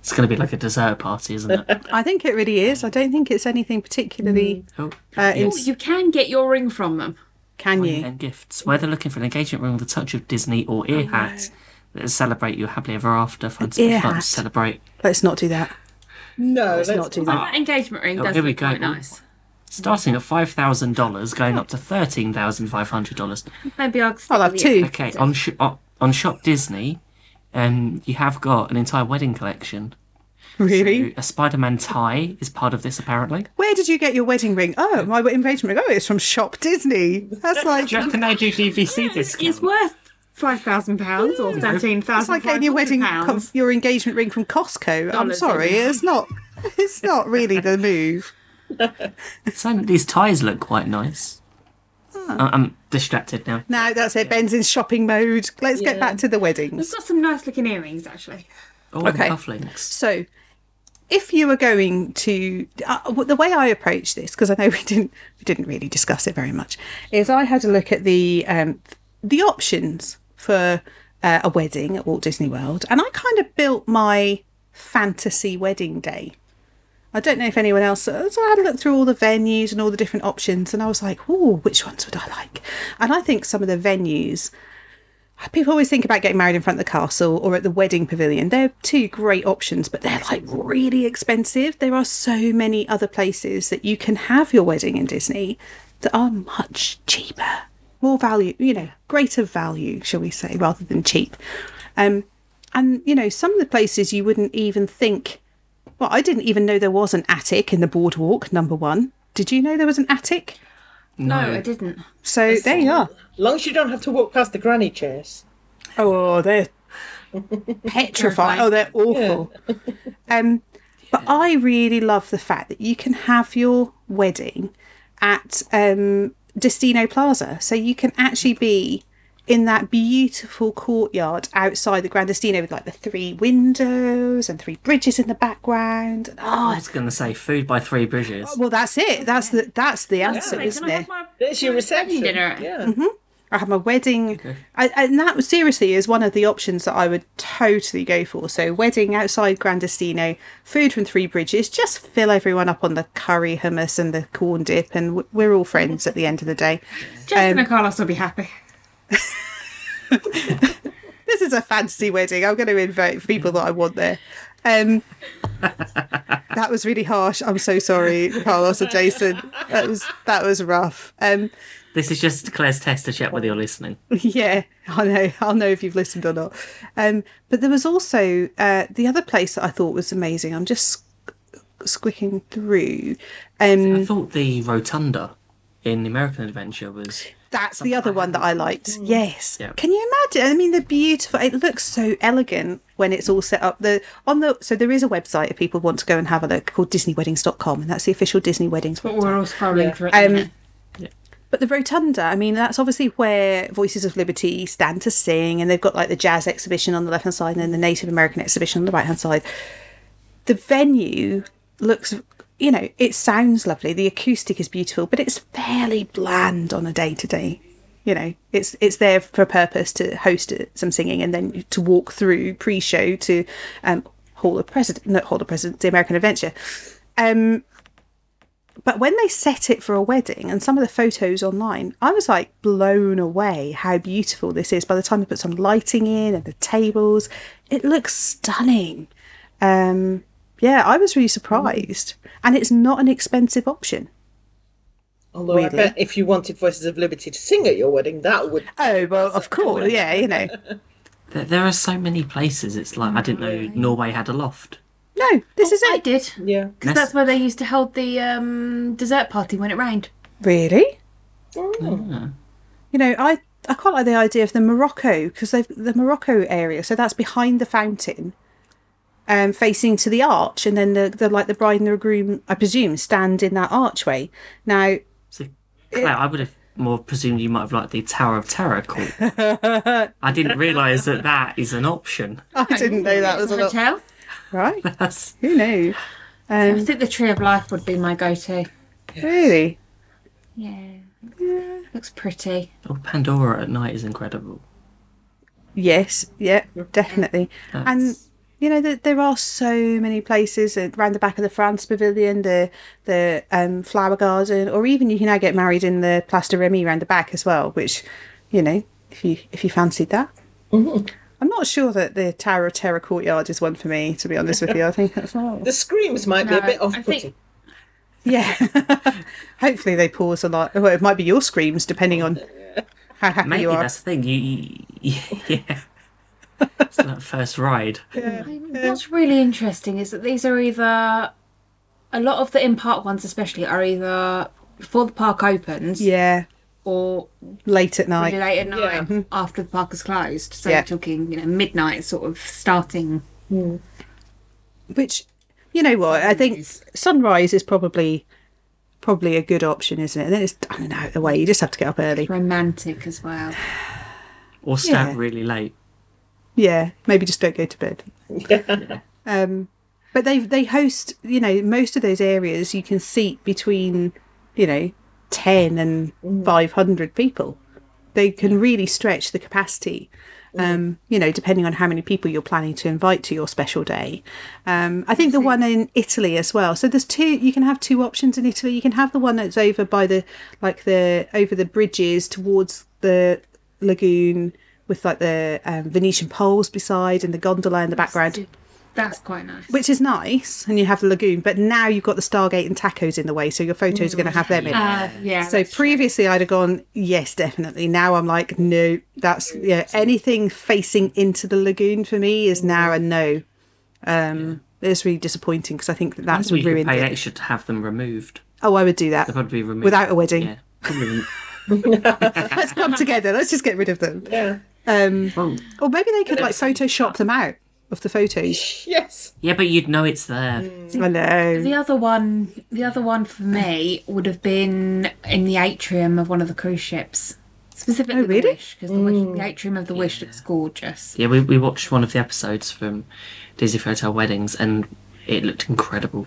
B: It's going to be like a dessert party, isn't it?
C: I think it really is. I don't think it's anything particularly.
B: Cool.
C: Uh, in-
A: Oh, you can get your ring from them.
C: Can
B: Money
C: you?
B: and gifts. Whether looking for an engagement ring with a touch of Disney or ear hats that celebrate your happily ever after, find something
C: ear
B: fun to
C: hat.
B: celebrate.
C: Let's not do that.
D: No,
C: Let's
D: that's
C: not do
A: Well,
C: that.
A: that engagement ring
B: Oh,
A: does
B: here we
A: look
B: go.
A: quite nice.
B: Starting at five thousand dollars, going up to thirteen thousand five hundred dollars.
A: Maybe I'll.
C: I'll have two.
B: Okay, on sh- on on Shop Disney, um, you have got an entire wedding collection.
C: Really?
B: A Spider-Man tie is part of this apparently.
C: Where did you get your wedding ring? Oh, my engagement ring. Oh, it's from Shop Disney. That's like
B: Do you reckon they do DVC discount?
A: It's worth five thousand pounds or thirteen
C: Hmm. it's
A: thousand.
C: like getting your wedding, com-
A: pounds.
C: your engagement ring from Costco. I'm
A: Dollars,
C: sorry,
A: isn't
C: it's not. It's not really the move.
B: Some of these ties look quite nice. I- I'm distracted now.
C: No, that's it. Ben's in shopping mode. Let's get
D: Yeah.
C: back to the weddings.
A: It's got some nice looking earrings actually.
B: Oh, and
C: Okay.
B: cufflinks.
C: So, if you were going to uh, w- the way I approached this, because I know we didn't we didn't really discuss it very much, is I had to look at the um, the options for uh, a wedding at Walt Disney World, and I kind of built my fantasy wedding day. I don't know if anyone else. uh, So I had a look through all the venues and all the different options, and I was like, "Oh, which ones would I like?" And I think some of the venues People always think about getting married in front of the castle or at the wedding pavilion. They're two great options, but they're like really expensive. There are so many other places that you can have your wedding in Disney that are much cheaper, more value, you know, greater value, shall we say, rather than cheap. Um, and, you know, some of the places you wouldn't even think, well, I didn't even know there was an attic in the boardwalk, number one. Did you know there was an attic?
A: No, I didn't.
C: So there you are.
D: long as you don't have to walk past the granny chairs.
C: Oh, they're petrified. Oh, they're awful. um, but I really love the fact that you can have your wedding at um, Destino Plaza. So you can actually be in that beautiful courtyard outside the Grandestino with like the three windows and three bridges in the background.
B: I
C: Oh,
B: was going to say food by Three Bridges.
C: well, that's it. That's the that's the answer,
A: Sorry,
C: isn't
A: can I
C: it?
A: have my
D: There's your reception.
A: dinner.
D: Yeah.
C: Mm-hmm. I have my wedding, I, and that was- seriously is one of the options that I would totally go for. So, wedding outside Grandestino, food from Three Bridges, just fill everyone up on the curry hummus and the corn dip, and w- we're all friends at the end of the day. Um,
A: Jason and Carlos will be happy.
C: This is a fancy wedding. I'm going to invite people that I want there. Um, that was really harsh. I'm so sorry, Carlos and Jason. That was that was rough. Um,
B: This is just Claire's test to check whether you're listening.
C: Yeah, I know. I'll know if you've listened or not. Um, but there was also uh, the other place that I thought was amazing. I'm just squ- squicking through.
B: I
C: Um,
B: thought the rotunda in the American Adventure was
C: That's the other one that I liked. Yes.
B: Yeah.
C: Can you imagine? I mean, they're beautiful. It looks so elegant when it's all set up. The on the so there is a website if people want to go and have a look called DisneyWeddings.com, and that's the official Disney weddings.
A: But we're all scrolling
D: Yeah.
A: through it. isn't
C: Um,
A: it?
C: But the Rotunda, I mean, that's obviously where Voices of Liberty stand to sing, and they've got like the jazz exhibition on the left hand side and then the Native American exhibition on the right hand side. The venue looks, you know, it sounds lovely. The acoustic is beautiful, but it's fairly bland on a day to day. You know, it's it's there for a purpose to host it- some singing and then to walk through pre-show to um, Hall of President, not Hall of President, the American Adventure. Um, but when they set it for a wedding and some of the photos online, I was like blown away how beautiful this is. By the time they put some lighting in and the tables, it looks stunning. Um, yeah, I was really surprised. And it's not an expensive option.
D: Although
C: Weirdly.
D: I bet if you wanted Voices of Liberty to sing at your wedding, that would
C: Oh, well, of course. Yeah, you know.
B: There, there are so many places. It's like I didn't know Norway had a loft.
C: No, this is
A: I
C: it.
A: did.
D: yeah.
A: Because that's where they used to hold the um, dessert party when it rained.
C: Really? Mm.
B: Ah.
C: you know, I I quite like the idea of the Morocco because they've the Morocco area, so that's behind the fountain, um, facing to the arch, and then the, the like the bride and the groom, I presume, stand in that archway. Now,
B: So, Claire, I would have more presumed you might have liked the Tower of Terror call. I didn't realise that that is an option.
C: I didn't know that was
A: It's
C: a
A: a
C: lot.
A: hotel.
C: Right?
B: That's
C: Who knew?
A: I think the Tree of Life would be my go-to.
C: Really?
A: Yeah. Looks pretty.
B: oh, Pandora at night is incredible.
C: Yes. Yeah. Definitely. And
B: That's-
C: you know, there, there are so many places uh, around the back of the France Pavilion, the the um, flower garden, or even you can now get married in the Place de Remy around the back as well. Which, you know, if you if you fancied that, I'm not sure that the Tower of Terror courtyard is one for me. To be honest with you, I think that's not.
D: The screams might be a
A: No,
D: bit
A: I
D: off
A: think-
D: putting.
C: Yeah. Hopefully they pause a lot. Well, it might be your screams depending on how happy
B: Maybe
C: you are.
B: that's the thing. You, you yeah. it's that first ride.
A: What's really interesting is that these are either a lot of the in park ones, especially, are either before the park opens
C: Yeah.
A: or
C: Late at
A: really
C: night.
A: late at
D: Yeah.
A: night after the park is closed. So
C: Mm-hmm. Yeah.
A: we're talking, you know, midnight sort of starting.
C: which you know what i think sunrise is probably probably a good option isn't it and then it's done and out of the way you just have to get up early
A: romantic as well.
B: Or start
C: Yeah.
B: really late.
C: yeah maybe just don't go to bed
D: Yeah.
C: um but they they host you know most of those areas you can seat between you know 10 and 500 people they can really stretch the capacity um you know depending on how many people you're planning to invite to your special day um i think the one in italy as well so there's two you can have two options in italy you can have the one that's over by the like the over the bridges towards the lagoon with like the um, venetian poles beside and the gondola in the background
A: That's quite nice.
C: which is nice, and you have the lagoon. But now you've got the Stargate and tacos in the way, so your photos are going to have them in.
A: Uh, yeah.
C: so
A: that's-
C: previously I'd have gone yes, definitely. Now I'm like no, that's yeah. Anything facing into the lagoon for me is now a no. Um, It's really disappointing because I think that that's
B: We could
C: ruined.
B: pay
C: it.
B: extra to have them removed.
C: Oh, I would do that
B: They'd probably be removed
C: without a wedding.
B: Yeah. Probably-
C: Let's come together. Let's just get rid of them.
D: yeah.
C: Um,
B: well,
C: or maybe they could like Photoshop them out of the photos.
D: Yes.
B: yeah, but you'd know it's there.
C: I know.
A: The other one, the other one for me would have been in the atrium of one of the cruise ships, specifically
C: Oh, really? Mm.
A: the Wish, because the, Wish- the atrium of the Wish looks gorgeous.
B: Yeah, we, we watched one of the episodes from Disney for Hotel Weddings and it looked incredible.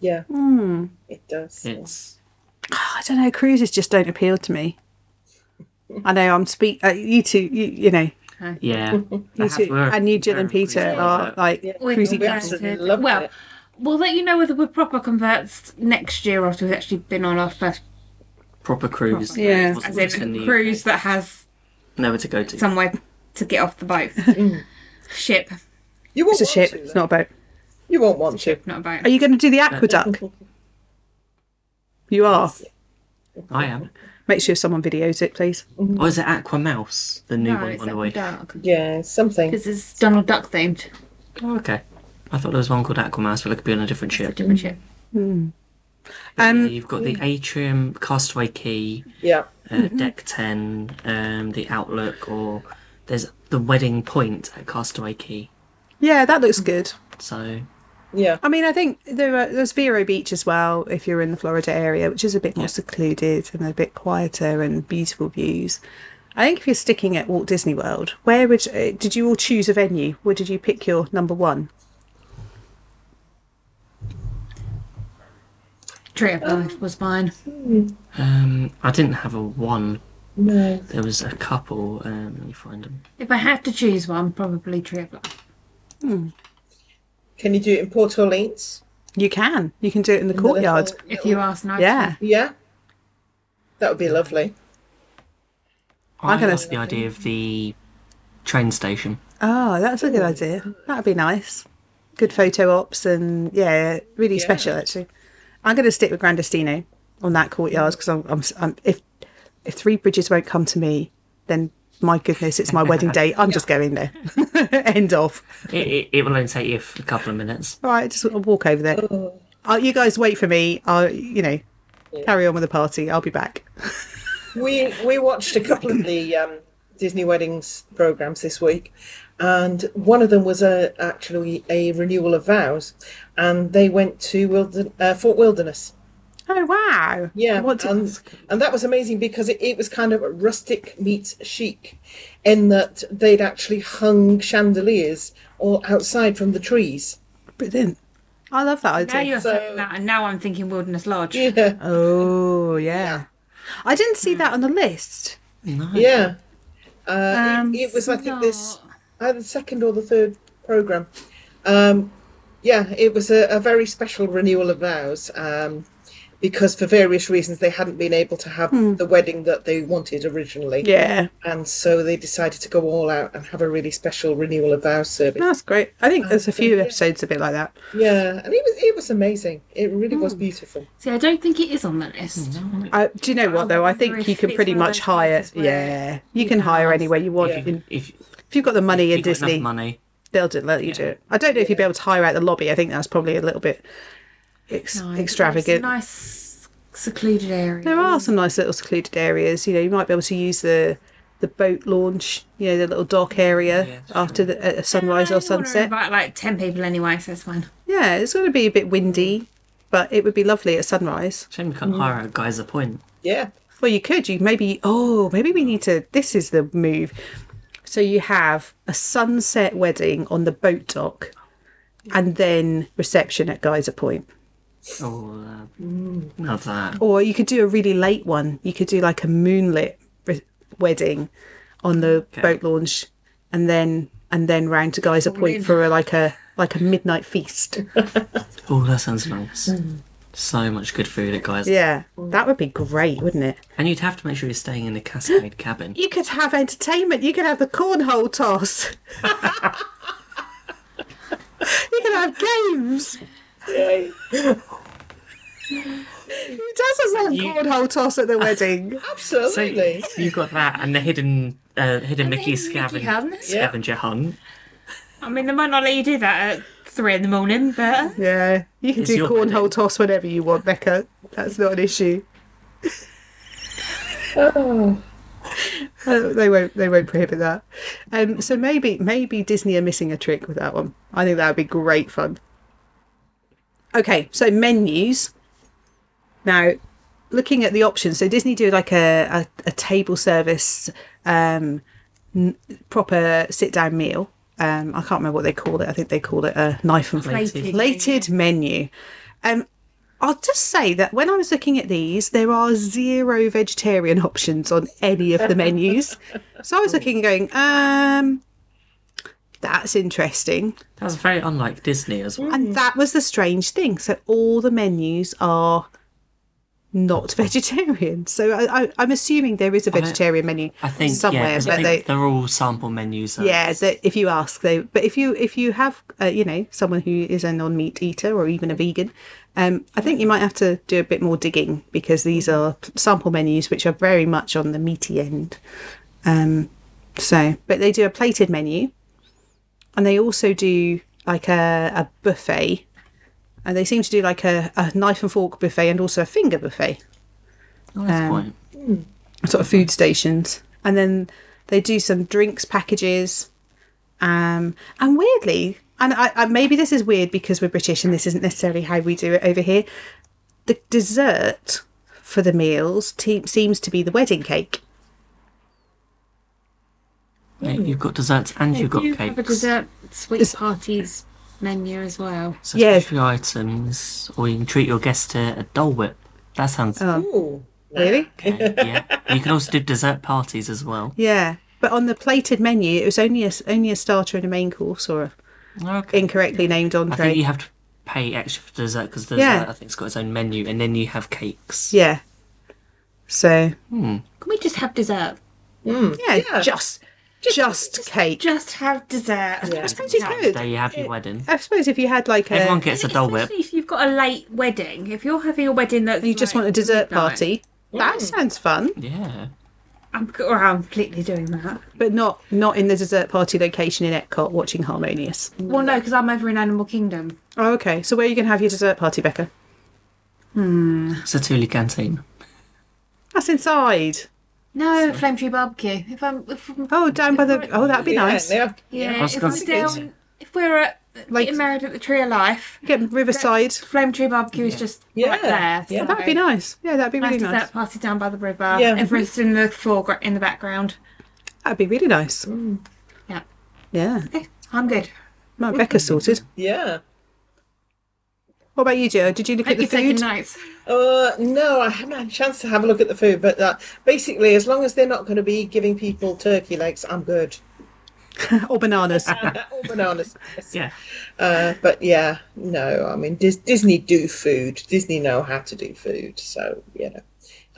D: Yeah.
C: Hmm.
D: It does.
B: It's
C: I don't know. Cruises just don't appeal to me. I know. I'm speak. Uh, you two, you, you know,
B: yeah. They
C: you
B: have-
C: two,
B: we're-
C: and you, Jill
B: we're
C: and Peter,
B: increasing
C: are
B: that.
C: like cruisy
D: we
C: cats.
D: absolutely
A: converted.
D: loved
A: Well,
D: it.
A: we'll let you know whether we're proper converts next year after we've actually been on our first
B: proper cruise.
C: Yeah.
B: It wasn't
A: as
B: just
A: in,
B: in the
A: cruise that has
B: UK. Nowhere to go to.
A: somewhere to get off the boat
C: Mm.
A: ship,
D: You won't
C: It's a
D: want
C: ship.
D: to.
C: It's
D: though.
C: not a boat.
D: You won't want to.
A: not a boat.
C: Are you going to do the aqueduct? You are.
B: I am.
C: Make sure someone videos it, please.
B: Or is it Aquamouse? The new
A: no,
B: one
A: it's
B: on the
A: Aqua
B: way.
A: dark
D: Yeah, something.
A: because it's Donald Duck themed.
B: Oh, okay. I thought there was one called Aquamouse, but it could be on a different ship.
A: Different ship.
B: But yeah,
C: Um,
B: you've got the atrium, Castaway Key,
D: Yeah.
B: uh, Deck 10, um, The Outlook, or there's The Wedding Point at Castaway Key.
C: Yeah, that looks good.
B: So,
D: Yeah.
C: I mean, I think there are, there's Vero Beach as well if you're in the Florida area, which is a bit more secluded and a bit quieter and beautiful views. I think if you're sticking at Walt Disney World, where would uh, did you all choose a venue? Where did you pick your number one?
A: Tree of
C: Oh.
A: Life was mine.
B: um, I didn't have a one.
D: No.
B: There was a couple. Um, let me find them.
A: If I had to choose one, probably Tree of Life.
D: Can you do it in Port Orleans?
C: You can, you can do it in the courtyard.
A: If you ask nicely.
C: Yeah,
D: Yeah. That would be lovely.
B: I,
C: gonna-
B: lost the idea of the train station.
C: oh, that's a good idea. That'd be nice. Good photo ops and yeah, really special actually. I'm going to stick with Grandestino on that courtyard because I'm, I'm, I'm if if Three Bridges won't come to me, then my goodness, it's my wedding day. I'm just going there. End off.
B: It, it, it will only take you a couple of minutes.
C: All right, just I'll walk over there. Uh, you guys wait for me. I'll you know carry on with the party. I'll be back.
D: We we watched a couple of the um, Disney weddings programs this week, and one of them was a actually a renewal of vows, and they went to Wilder, uh, Fort Wilderness.
C: Oh wow! um,
D: Yeah,
C: What did-
D: and, and that was amazing because it, it was kind of rustic meets chic, in that they'd actually hung chandeliers all outside from the trees.
C: brilliant. I love that idea.
A: Now you're saying that, and now I'm thinking Wilderness Lodge.
D: Yeah,
C: Oh yeah. I didn't see that on the list.
D: yeah. Uh,
C: Um,
D: it, it was I think
A: no.
D: this either the second or the third program. Um, yeah, it was a, a very special renewal of vows um, because for various reasons they hadn't been able to have the wedding that they wanted originally,
C: Hmm. Yeah,
D: and so they decided to go all out and have a really special renewal of vows service.
C: that's great. I think there's a few episodes a bit like that.
D: Yeah, and it was it was amazing. It really was
C: Hmm.
D: beautiful.
A: See, I don't think it is on the list.
C: I, do you know what though? I
A: wonder
C: think
A: if
C: you can
A: it's
C: pretty
A: one of
C: much
A: those
C: hire.
A: places where
C: Yeah, you can hire anywhere you want. You can-
B: If
C: if you've got the money in
B: you've got
C: Disney,
B: enough money,
C: they'll do, let you do it. I don't know if you'd be able to hire out the lobby. I think that's probably a little bit ex-
A: No,
C: extravagant.
A: It's a nice secluded area.
C: There are some nice little secluded areas. You know, you might be able to use the the boat launch. You know, the little dock area after the, at a sunrise or sunset.
A: About like ten people anyway, so it's fine.
C: Yeah, it's going to be a bit windy, but it would be lovely at sunrise.
B: shame you can't hire a geyser point.
D: Yeah,
C: Well, you could. You maybe. Oh, maybe we need to. This is the move. So you have a sunset wedding on the boat dock, and then reception at Geyser Point.
B: Oh, uh, not that.
C: Or you could do a really late one. You could do like a moonlit re- wedding on the boat launch, and then and then round to Geyser Point for a, like a like a midnight feast.
B: Oh, that sounds nice. So much good food at geyser.
C: Yeah, that would be great, wouldn't it?
B: And you'd have to make sure you're staying in a Cascade cabin.
C: You could have entertainment. You could have the cornhole toss. you could have games. Who doesn't want cornhole toss at the wedding?
D: absolutely.
B: You've got that and the hidden uh, hidden Mickey scaven- scavenger hunt.
A: I mean, they might not let you do that at three in the morning, but
C: Yeah, you can
B: It's
C: do
B: your
C: cornhole
B: wedding.
C: toss whenever you want, Becca. That's not an issue. Uh, they won't. They won't prohibit that. Um, so maybe, maybe Disney are missing a trick with that one. I think that would be great fun. Okay, so menus. Now, looking at the options, so Disney do like a a, a table service, um, n- proper sit down meal. Um, I can't remember what they call it. I think they call it a knife and plate
A: Plated.
C: plated menu. Um, I'll just say that when I was looking at these, there are zero vegetarian options on any of the menus. So I was looking and going, um, that's interesting.
B: That's very unlike Disney as well.
C: And that was the strange thing. So all the menus are not vegetarian. So I, I, I'm assuming there is a vegetarian menu
B: I think yeah,
C: Hmm. somewhere,
B: 'cause
C: but
B: I think
C: they,
B: they're all sample menus. So
C: yeah, that if you ask, they. But if you if you have, uh, you know, someone who is a non-meat eater or even a vegan, um, I think you might have to do a bit more digging because these are sample menus which are very much on the meaty end. Um, so, but they do a plated menu, and they also do like a, a buffet, and they seem to do like a, a knife and fork buffet and also a finger buffet.
B: that's the point.
C: sort of food stations. And then they do some drinks packages. Um, and weirdly, and I, I, maybe this is weird because we're British and this isn't necessarily how we do it over here. The dessert for the meals te- seems to be the wedding cake.
B: Yeah, you've got desserts and you've got
A: you
B: cakes.
A: have a dessert sweet parties menu as well.
B: So
C: Yeah.
B: special items, or you can treat your guests to a Dole Whip. That sounds
D: Ooh.
C: Really?
B: okay. yeah. You can also do dessert parties as well.
C: Yeah. But on the plated menu, it was only a, only a starter and a main course or a
B: Okay.
C: incorrectly named
B: I
C: entree.
B: think you have to pay extra for dessert because dessert
C: Yeah.
B: I think's got its own menu, and then you have cakes.
C: Yeah. So
A: Can we just have dessert?
C: yeah,
D: Yeah.
C: just just, cake.
A: Just have dessert.
D: Yeah.
C: I suppose you
B: The
C: could.
B: day you have your wedding,
C: I suppose if you had like a
B: everyone gets a Dole Whip.
A: Especially if you've got a late wedding. If you're having a wedding that
C: you just want a dessert party, that sounds fun.
B: Yeah.
A: I'm, or I'm completely doing that.
C: But not not in the dessert party location in Epcot watching Harmonious.
A: Well, no, because I'm over in Animal Kingdom.
C: Oh, okay. So where are you gonna have your dessert party, Becca?
B: It's a Thule canteen.
C: That's inside.
A: No, Flame Tree Barbecue. If I'm, if I'm
C: Oh, down by the oh that'd be
D: Yeah,
C: nice.
D: yeah.
A: yeah,
B: I was
A: if
B: gonna
A: I'm
B: say-
A: down, if we're at
C: Like-
A: getting married at the Tree of Life,
C: Get Riverside.
A: Flame Tree Barbecue is just right
D: Yeah,
A: there.
D: yeah.
A: so
C: That'd be nice. Yeah, that'd be
A: Nice
C: really
A: dessert
C: nice.
A: party down by the river.
D: Yeah.
A: Everest in the foreground, in the background.
C: That'd be really nice.
A: Yeah.
C: Yeah.
A: Okay, I'm good.
C: No,
A: Mm-hmm.
C: Becca's sorted.
D: yeah.
C: What about you, Joe? Did you look
A: Hope
C: at the
A: you're taking
C: food?
A: notes.
D: Uh, no, I haven't had a chance to have a look at the food, but uh, basically, as long as they're not going to be giving people turkey legs, I'm good.
C: Or bananas.
D: Or bananas. yes.
B: Yeah.
D: Uh, but yeah, no, I mean, Dis- Disney do food. Disney know how to do food, so you know,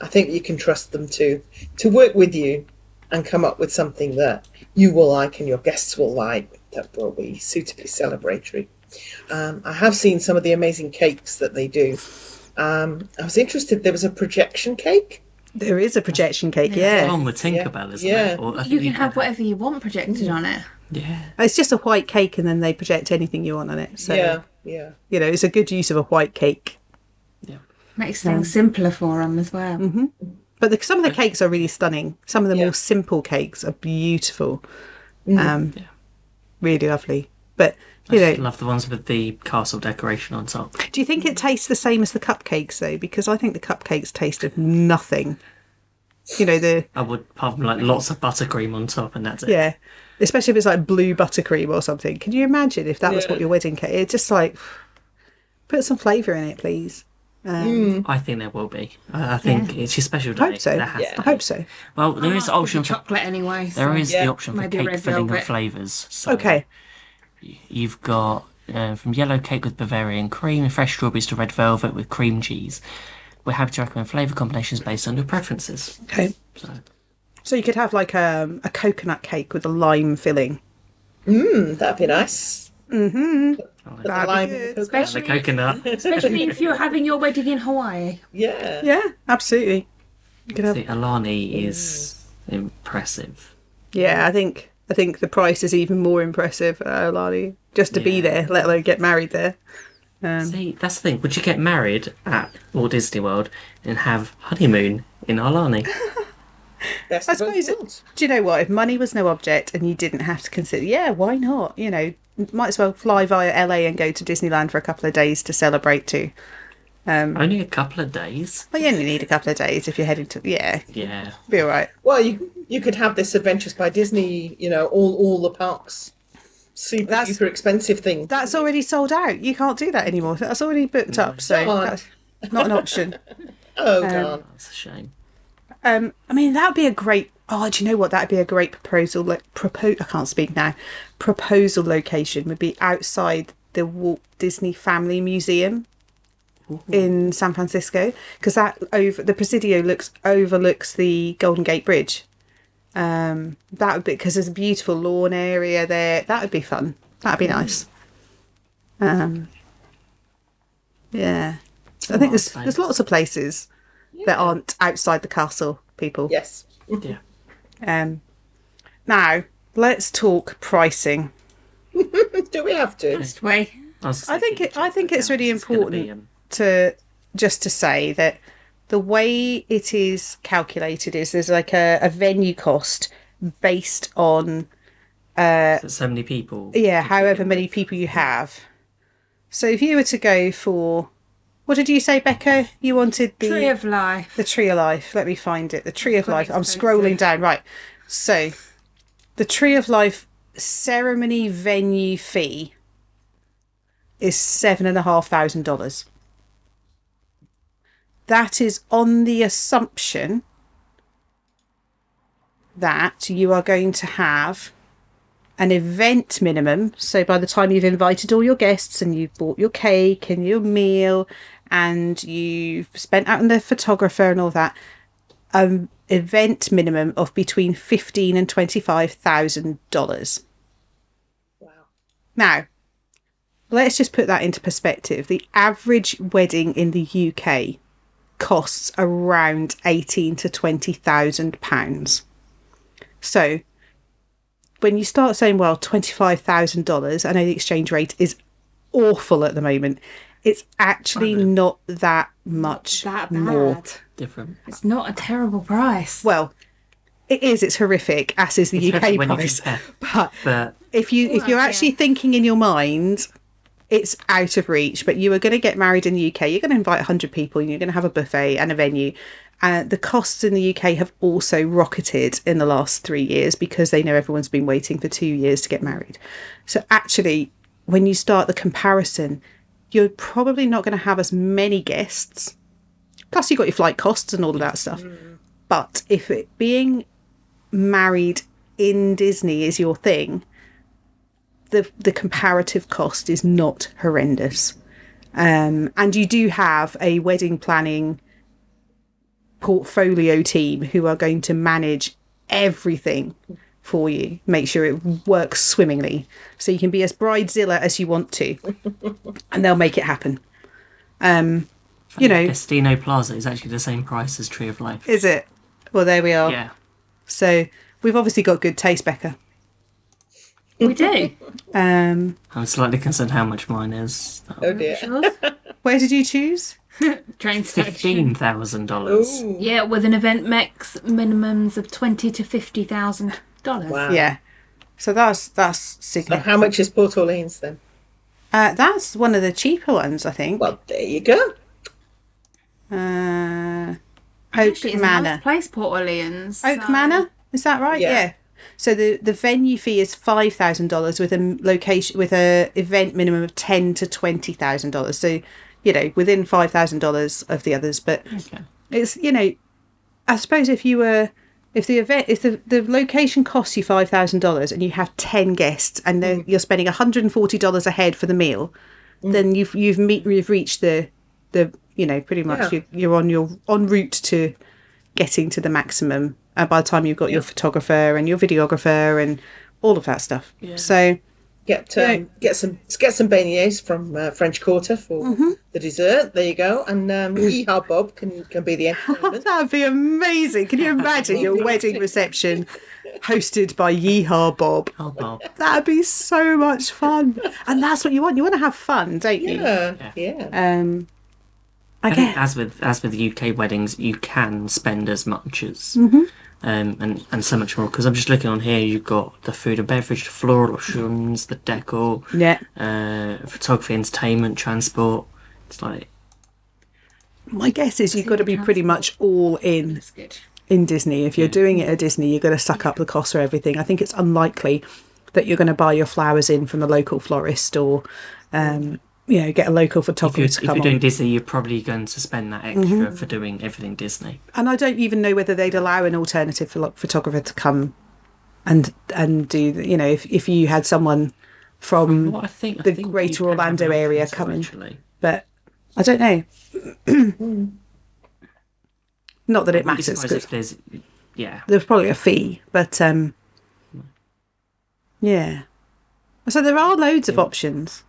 D: I think you can trust them to to work with you and come up with something that you will like and your guests will like that will be suitably celebratory. Um, I have seen some of the amazing cakes that they do. Um, I was interested. There was a projection cake.
C: There is a projection cake, yeah.
B: Along with Tinkerbell, isn't
D: Yeah.
B: it? Or I
A: You
B: think
A: can have whatever you want projected on it.
B: Yeah.
C: It's just a white cake, and then they project anything you want on it. So
D: Yeah, yeah.
C: you know, it's a good use of a white cake.
A: Makes things simpler for them as well.
C: But the, some of the cakes are really stunning. Some of the
D: Yeah.
C: more simple cakes are beautiful, um, really lovely. But
B: I
C: you know,
B: just love the ones with the castle decoration on top.
C: do you think it tastes the same as the cupcakes though? Because I think the cupcakes taste of nothing. You know the
B: I would have like lots of buttercream on top, and that's it.
C: yeah, especially if it's like blue buttercream or something. Can you imagine if that was
D: Yeah.
C: what your wedding cake? It's just like put some flavour in it, please.
B: I think there will be. I, I think it's your special day.
C: I hope so.
B: There has
C: I
B: to
C: hope
B: be.
C: so.
B: Well, there
A: Nice
B: is the
A: with
B: option
A: the
B: for
A: chocolate anyway.
B: there
A: so-
B: is
D: Yeah.
B: the option for
A: Maybe
B: cake
A: red
B: filling and
A: velvet.
B: flavors. So
C: Okay.
B: You've got uh, from yellow cake with Bavarian cream and fresh strawberries to red velvet with cream cheese. We're happy to recommend flavour combinations based on your preferences.
C: Okay. So you could have like um, a coconut cake with a lime filling.
D: Hmm, That'd be nice. Mm-hmm.
C: That'd be
D: lime
C: good.
D: and coconut.
B: The
A: Especially,
B: coconut.
A: especially if you're having your wedding in Hawaii.
D: Yeah.
C: Yeah, absolutely. You could have,
B: The Alani is impressive.
C: yeah, I think I think the price is even more impressive, uh, Lani, just to be
B: Yeah.
C: there, let alone get married there. Um,
B: See, that's the thing. Would you get married at Walt Disney World and have honeymoon in Alani?
D: Best
C: I
D: of both
C: suppose.
D: worlds.
C: do you know what? If money was no object and you didn't have to consider, yeah, why not? You know, might as well fly via LA and go to Disneyland for a couple of days to celebrate too. Um,
B: Only a couple of days.
C: Well, you only need a couple of days if you're heading to. Yeah,
B: Yeah.
C: be all right.
D: Well, you you could have this Adventures by Disney, you know, all all the parks, super
C: That's-
D: super expensive thing.
C: That's already sold out. You can't do that anymore. That's already booked up. So
D: Darn.
C: that's not an option.
D: oh darn!
B: That's a shame.
C: Um, I mean, that'd be a great. Oh, do you know what? That'd be a great proposal. Like propose. I can't speak now. Proposal location would be outside the Walt Disney Family Museum in San Francisco because that over the Presidio looks overlooks the Golden Gate Bridge. Um, that would be because there's a beautiful lawn area there. That would be fun. That'd be nice. Um, yeah, I think
B: nice
C: there's there's
B: place.
C: lots of places that aren't outside the castle. People.
D: Yes,
B: Yeah.
C: Um, now let's talk pricing.
D: do we have to?
A: Just wait.
B: was
C: I think
B: thinking
C: it- I
B: just
C: think
B: like,
C: it's
B: oh,
C: really
B: this is gonna
C: important
B: um,
C: To just to say that the way it is calculated is there's like a, a venue cost based on
B: So so many people.
C: yeah however many people you have so if you were to go for what did you say becca you wanted the
A: Tree of life.
C: the tree of life let me find it the tree of life i'm
A: expensive.
C: scrolling down right so the tree of life ceremony venue fee is seven and a half thousand dollars that is on the assumption that you are going to have an event minimum. So by the time you've invited all your guests and you've bought your cake and your meal and you've spent out on the photographer and all that, um, event minimum of between fifteen and twenty five thousand dollars.
D: Wow.
C: Now, let's just put that into perspective. The average wedding in the UK costs around eighteen to twenty thousand pounds. So when you start saying, well, $25,000, I know the exchange rate is awful at the moment. It's actually not that much
A: that bad.
C: more.
B: Different.
A: It's not a terrible price.
C: Well, it is. It's horrific, as is the
B: Especially
C: UK
B: when you
C: price.
B: compare.
C: But
B: But
C: if you if you're actually thinking in your mind, it's out of reach. But you are going to get married in the UK. You're going to invite 100 people, and you're going to have a buffet and a venue. And the costs in the UK have also rocketed in the last three years because they know everyone's been waiting for two years to get married. So actually, when you start the comparison, you're probably not going to have as many guests. Plus, you've got your flight costs and all of that stuff. But if it being married in Disney is your thing, the the comparative cost is not horrendous. Um, and you do have a wedding planning portfolio team who are going to manage everything for you, make sure it works swimmingly. So you can be as bridezilla as you want to, and they'll make it happen. Um, you know,
B: Destino Plaza is actually the same price as Tree of Life.
C: is it? Well, there we are.
B: Yeah.
C: So we've obviously got good taste, Becca.
A: we do.
C: Um,
B: I'm slightly concerned how much mine is.
D: Oh dear.
A: Yours?
C: where did you choose?
A: Train station.
B: Fifteen thousand dollars.
D: Ooh.
A: Yeah, with an event max minimums of twenty to fifty thousand dollars.
D: Wow.
C: Yeah. So that's that's
D: So
C: significant.
D: how much is Port Orleans then?
C: Uh, that's one of the cheaper ones, I think.
D: Well, there you go.
C: Uh, Oak
A: Actually, it's a
C: Manor.
A: nice place, Port Orleans.
C: Oak
A: so-
C: Manor, is that right?
D: Yeah.
C: So the, the venue fee is five thousand dollars with a m- location with a event minimum of ten to twenty thousand dollars. So, you know, within five thousand dollars of the others, but
B: Okay.
C: it's you know i suppose if you were if the event if the, the location costs you $5000 and you have 10 guests and then you're spending $140 a head for the meal
D: Mm.
C: then you've you've meet you've reached the the you know pretty much
D: Yeah.
C: you're, you're on your en route to getting to the maximum and by the time you've got your photographer and your videographer and all of that stuff so
D: Get um,
C: Yeah.
D: get some get some beignets from uh, French Quarter for
C: Mm-hmm.
D: the dessert. There you go. And um, Yeehaw Bob can can be the entertainment.
C: that would be amazing can you imagine your wedding reception hosted by yeehaw bob
B: Oh Bob.
C: That'd be so much fun. And that's what you want. You want to have fun, don't you?
D: yeah, Uh, yeah.
C: Um I
B: I think
C: guess
B: as with as with UK weddings, you can spend as much as
C: Mm-hmm.
B: um, and and so much more. Because I'm just looking on here, you've got the food and beverage, the floral options, the decor,
C: Yeah.
B: uh, photography, entertainment, transport. It's like
C: My guess is you've got to be pretty much all in
A: That's good.
C: in Disney. If you're doing it at Disney, you've got to suck up the cost for everything. I think it's unlikely that you're going to buy your flowers in from a local florist or um you know, get a local
B: if you're,
C: photographer
B: if
C: to
B: you're
C: come
B: doing
C: on. Mm-hmm.
B: Disney, you're probably going to spend that extra for doing everything Disney.
C: And I don't even know whether they'd allow an alternative philo- photographer to come and and do the- you know, if if you had someone from
B: Well, I think I
C: The
B: think you
C: Greater
B: can have
C: Orlando
B: an
C: area
B: option to
C: coming.
B: Actually,
C: but I don't know. Not that it
B: I'd Hmm. be
C: matters.
B: surprised
C: 'cause
B: if there's yeah.
C: There's probably a fee, but um, yeah. So there are loads of options,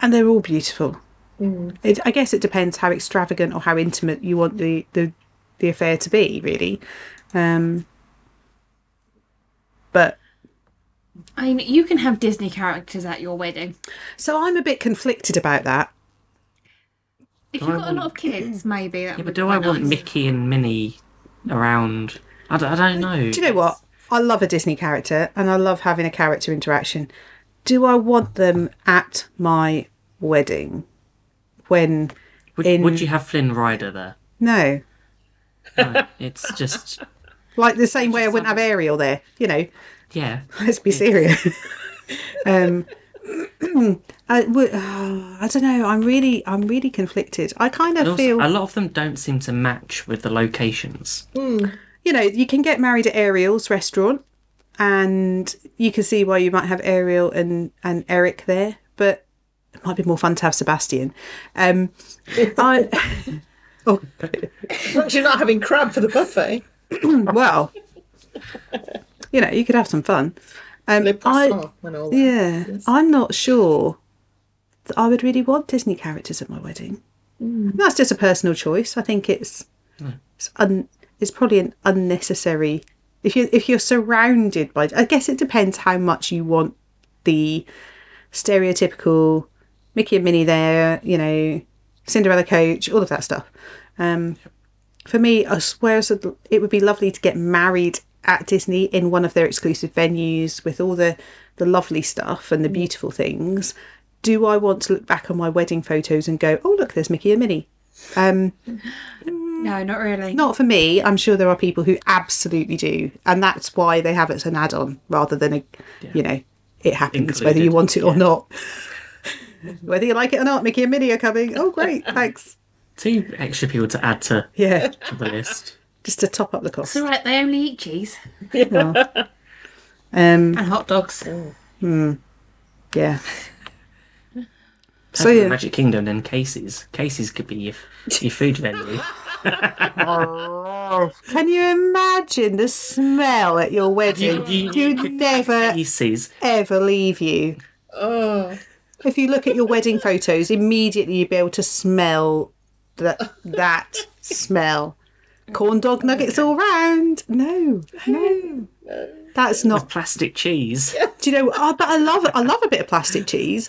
C: and they're all beautiful. It, I guess it depends how extravagant or how intimate you want the the, the affair to be, really. Um, but
A: I mean, you can have Disney characters at your wedding.
C: so I'm a bit conflicted about that
A: If
B: Do
A: you've
B: I
A: got a lot
B: want-
A: of kids, maybe. That
B: Yeah, but
A: would
B: do
A: be
B: I
A: quite
B: want
A: nice.
B: Mickey and Minnie around? I d- I don't know.
C: Do you know what? I love a Disney character and I love having a character interaction. Do I want them at my wedding? When
B: Would,
C: in-
B: would you have Flynn Rider there?
C: no,
B: No, it's just
C: like the same way I wouldn't have Ariel there. You know,
B: yeah.
C: let's be serious. um, I would. oh, I don't know. I'm really, I'm really conflicted. I kind of
B: And also,
C: feel,
B: a lot of them don't seem to match with the locations.
C: you know, you can get married at Ariel's restaurant, and you can see why you might have Ariel and and Eric there, but it might be more fun to have Sebastian. Um, I.
D: As long as you're not having crab for the buffet.
C: well, you know, you could have some fun. Um,
D: Le
C: I,
D: Poisson and all that.
C: yeah, I'm not sure that I would really want Disney characters at my wedding. That's just a personal choice. I think it's it's, un, it's probably an unnecessary. If you if you're surrounded by, I guess it depends how much you want the stereotypical Mickey and Minnie there. You know, Cinderella coach, all of that stuff. Um, for me, I swear it's a- it would be lovely to get married at Disney in one of their exclusive venues with all the, the lovely stuff and the beautiful things. Do I want to look back on my wedding photos and go, oh, look, there's Mickey and Minnie? Um,
A: No, not really.
C: not for me. I'm sure there are people who absolutely do. And that's why they have it as an add on rather than a, you know, it happens whether you
B: Included,
C: want it or not. whether you like it or not, Mickey and Minnie are coming. Oh, great. Thanks.
B: Two extra people to add to,
C: Yeah.
B: to the list.
C: Just to top up the cost.
A: It's all right. They only eat cheese
C: Um,
A: and hot dogs.
C: yeah.
B: So
C: yeah.
B: Magic Kingdom, then Casey's. Casey's could be your, your food venue.
C: Can you imagine the smell at your wedding? You'd never
B: Casey's.
C: ever leave you.
D: Oh,
C: If you look at your wedding photos, immediately you'd be able to smell that that smell. Corn dog nuggets all round. No, no, that's not.
B: Plastic cheese.
C: Do you know? I, but I love I love a bit of plastic cheese,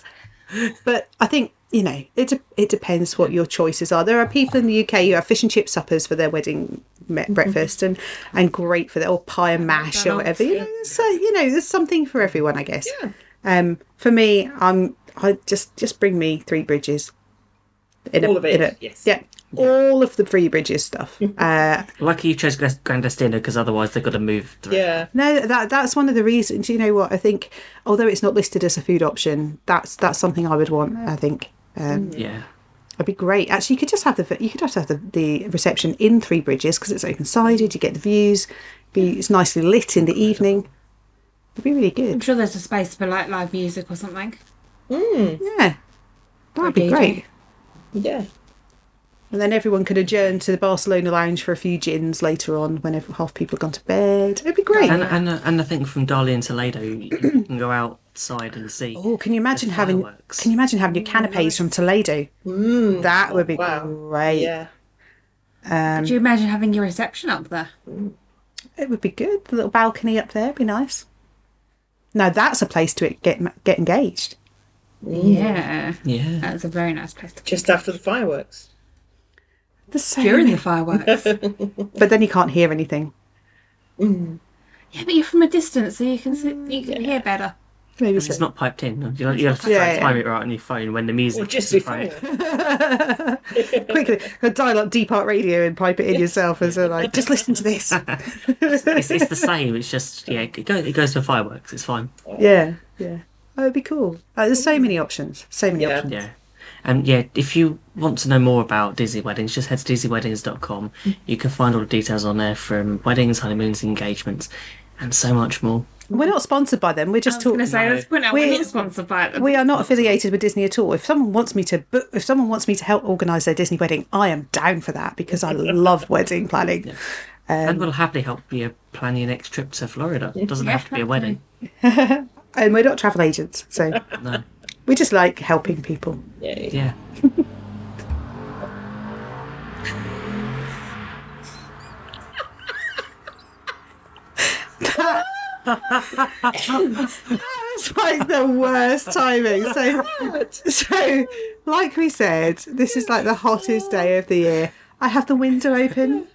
C: but I think you know it. de- It depends what your choices are. There are people in the UK who have fish and chip suppers for their wedding
D: Mm-hmm.
C: me- breakfast, and and great for that, or pie and mash or whatever. You know, so you know, there's something for everyone, I guess. Um, for me, I'm I just just bring me three bridges. In
D: All of it,
C: in a-
D: yes. Mm-hmm.
C: Yeah. All of the three bridges stuff. Uh,
B: Lucky you chose Glas- Grandestino because otherwise they've got to move through.
D: yeah.
C: No, that that's one of the reasons. You know what? I think, although it's not listed as a food option, that's that's something I would want. I think um,
B: Yeah.
C: it'd be great. Actually, you could just have the you could just have the, the reception in Three Bridges because it's open sided. You get the views. Be it's nicely lit in the evening. It'd be really
A: I'm
C: good.
A: sure there's a space for like live music or something.
C: Yeah,
A: DJ.
C: that'd be great.
D: Yeah.
C: And then everyone could adjourn to the Barcelona Lounge for a few gins later on, whenever half people have gone to bed. It'd be gregreat.
B: And, and, and I think from Darley and Toledo, you can go outside and see.
C: Oh, can you imagine having?
B: fireworks.
C: Can you imagine having your canapes from Toledo? that would be
D: Wow.
C: great.
D: Yeah.
B: Um,
A: Could you imagine having your reception up there?
C: It would be good. The little balcony up there would be nice. Now that's a place to get ma- get engaged.
A: Yeah,
B: Yeah.
A: that's a very nice place to.
D: Just after the fireworks.
C: The same,
A: During the fireworks.
C: but then you can't hear anything.
A: Yeah, but you're from a distance, so you can see, you can hear better.
C: Maybe
B: It's
C: so.
B: not piped in. You, you have to try
C: Yeah,
B: and time it right on your phone when the music.
D: Or just
B: is
D: before.
B: right.
C: quickly dial up Deep Heart Radio and pipe it in yourself and so like just listen to this.
B: It's, it's the same. It's just yeah. It goes, it goes for fireworks. It's fine.
C: yeah, yeah. Oh, it'd be cool. Uh, there's so many options. So many
D: Yeah.
C: options.
B: Yeah. And yeah, if you want to know more about Disney Weddings, just head to disneyweddings.com. You can find all the details on there from weddings, honeymoons, engagements, and so much more.
C: We're not sponsored by them. We're just
A: I was going
C: talking.
A: to say, let's point out we're
C: We're-
A: not sponsored by them.
C: We are not affiliated with Disney at all. If someone wants me to book, if someone wants me to help organise their Disney wedding, I am down for that because I love wedding planning.
B: and we'll happily help you plan your next trip to Florida. It doesn't have to be a wedding.
C: And we're not travel agents, so
B: No.
C: we just like helping people.
D: Yeah.
B: Yeah.
C: It's like the worst timing. So, so, like we said, this is like the hottest day of the year. I have the window open,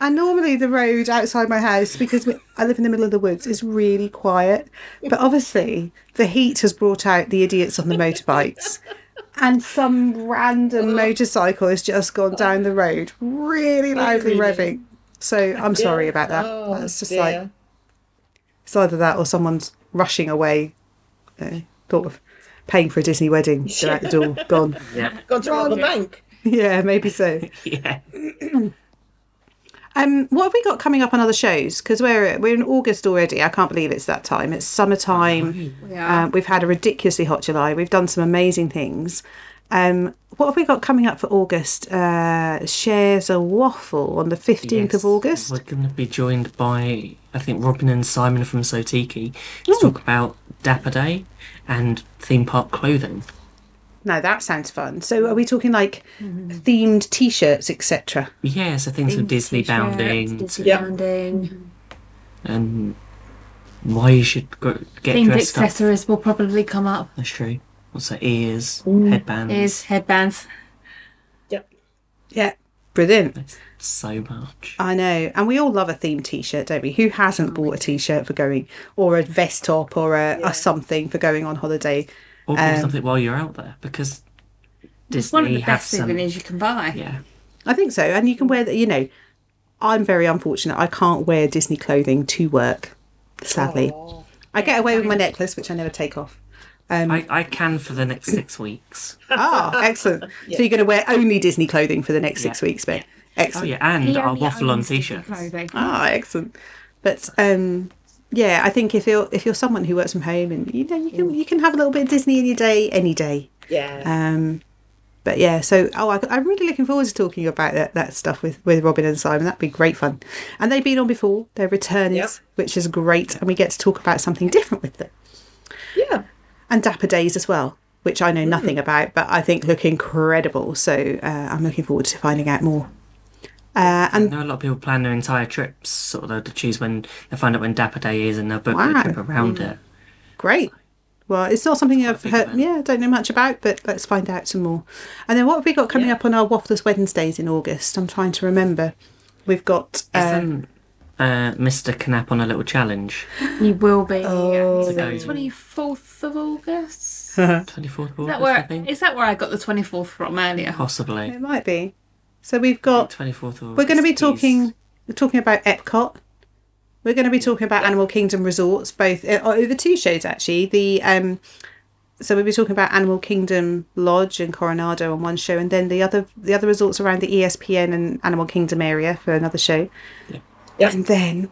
C: and normally the road outside my house, because we, I live in the middle of the woods, is really quiet. But obviously, the heat has brought out the idiots on the motorbikes, and some random motorcycle has just gone down the road, really loudly revving. So I'm sorry about that.
D: Oh,
C: That's just
D: dear.
C: like it's either that or someone's rushing away, uh, thought of paying for a Disney wedding. They're out the door, gone.
B: Yeah,
D: Gone to rob a bank.
C: Yeah, maybe so.
B: yeah.
C: Um, what have we got coming up on other shows? Because we're we're in August already. I can't believe it's that time. It's summertime.
B: Oh,
A: Yeah.
C: Um, we've had a ridiculously hot July. We've done some amazing things. Um, what have we got coming up for August? Uh, shares a waffle on the fifteenth
B: Yes.
C: of August.
B: We're going to be joined by, I think, Robin and Simon from Sotiki to talk about Dapper Day and theme park clothing.
C: Now that sounds fun. So are we talking like
B: Mm-hmm.
C: themed T-shirts, etc.?
B: Yeah, so things with Disney bounding
A: Disney
D: Yeah.
A: bounding.
B: and why you should go, get
A: Themed
B: dressed up.
A: accessories will probably come up.
B: That's true. What's that? Ears, headbands.
A: Is headbands.
D: Yep.
C: Yeah, brilliant.
B: So much.
C: I know, and we all love a themed T-shirt, don't we? Who hasn't
B: Oh,
C: bought a T-shirt for going, or a vest top, or a, a something for going on holiday?
B: Or do something while you're out there
A: Um,
B: because
A: It's
B: Disney
A: one of the
B: have
A: best
B: some.
A: souvenirs you can buy.
B: Yeah.
C: I think so, and you can
B: Mm.
C: wear that. You know, I'm very unfortunate. I can't wear Disney clothing to work, sadly. I get away with my necklace, which I never take off.
B: I, I can for the next six weeks.
C: Ah, excellent. So you're going to wear only Disney clothing for the next six
B: Yeah.
C: weeks, but
B: Oh
C: excellent.
B: yeah, and
A: He
B: our
A: only
B: waffle on
A: owns Disney
B: t-shirts.
A: clothing.
C: Ah, excellent. But um, yeah, I think if you're if you're someone who works from home and you know you can you can have a little bit of Disney in your day any day.
D: Yeah.
C: Um, but yeah, so oh, I, I'm really looking forward to talking about that, that stuff with, with Robin and Simon. That'd be great fun. And they've been on before; they're returners,
D: Yep.
C: which is great, and we get to talk about something different with them.
D: yeah.
C: And Dapper Days as well, which I know nothing about, but I think look incredible. So uh, I'm looking forward to finding out more. Uh,
B: I
C: and
B: know a lot of people plan their entire trips, sort of to choose when they find out when Dapper Day is and they'll book
C: Wow. Mm.
B: their trip around it.
C: Great. Well, it's not something I've
B: big
C: heard.
B: event.
C: Yeah, don't know much about, but let's find out some more. And then what have we got coming up on our Wafflers Wednesdays in August? I'm trying to remember. We've got. Uh,
B: Isn't uh, Mr. Knapp on a little challenge?
A: You will be.
C: Oh.
A: Is that
B: Okay.
A: 24th of August? Is
B: 24th of August,
A: that
B: I
A: where
B: think?
A: is that where I got the 24th from earlier?
B: Possibly.
C: it might be. So we've got.
B: 24th of August.
C: We're going to be
B: is-
C: talking. We're talking about Epcot. We're going to be talking about Animal Kingdom resorts, both uh, over two shows actually. The um, so we'll be talking about Animal Kingdom Lodge and Coronado on one show, and then the other the other resorts around the E ESPN and Animal Kingdom area for another show.
B: Yeah.
D: Yeah.
C: And then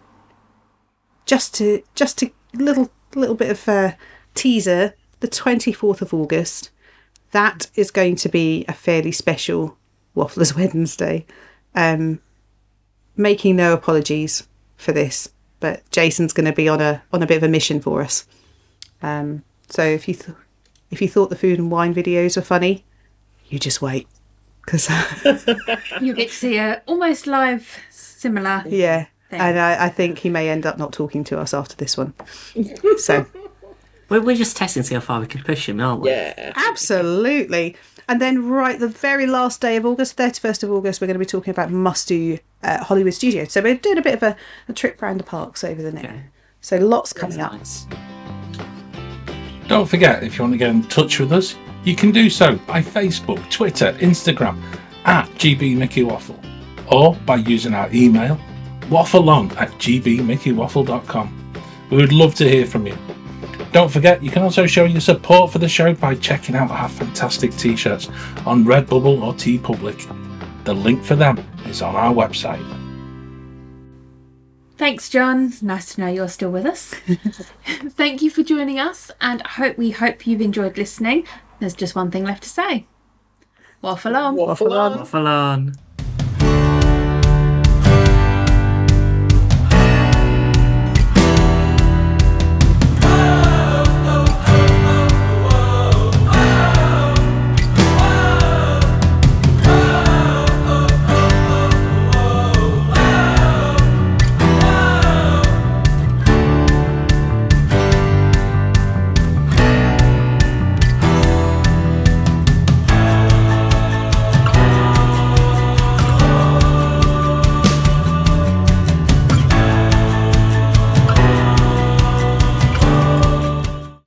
C: just to just to little little bit of a teaser, the twenty fourth of August. That is going to be a fairly special Wafflers Wednesday. Um, making no apologies for this, but Jason's going to be on a on a bit of a mission for us. Um, so if you th- if you thought the food and wine videos were funny, you just wait because
A: You get to see a almost live similar.
C: yeah,
A: Thanks.
C: and I, I think he may end up not talking to us after this one. So
B: We're, we're just testing to see how far we can push him, aren't we?
D: Yeah.
C: absolutely. And then right the very last day of August, thirty first of August, we're going to be talking about must do uh, Hollywood Studio. So we're doing a bit of a, a trip round the parks over the next.
B: Yeah.
C: So lots coming up.
B: Nice.
E: Don't forget, if you want to get in touch with us, you can do so by Facebook, Twitter, Instagram at GBMickeyWaffle or by using our email waffleon at gbmickeywaffle.com. We would love to hear from you. Don't forget, you can also show your support for the show by checking out our fantastic t shirts on Redbubble or TeePublic. The link for them is on our website.
A: Thanks, John. Nice to know you're still with us. Thank you for joining us, and I hope we hope you've enjoyed listening. There's just one thing left to say. Waffle on.
D: Waffle on.
B: Waffle on.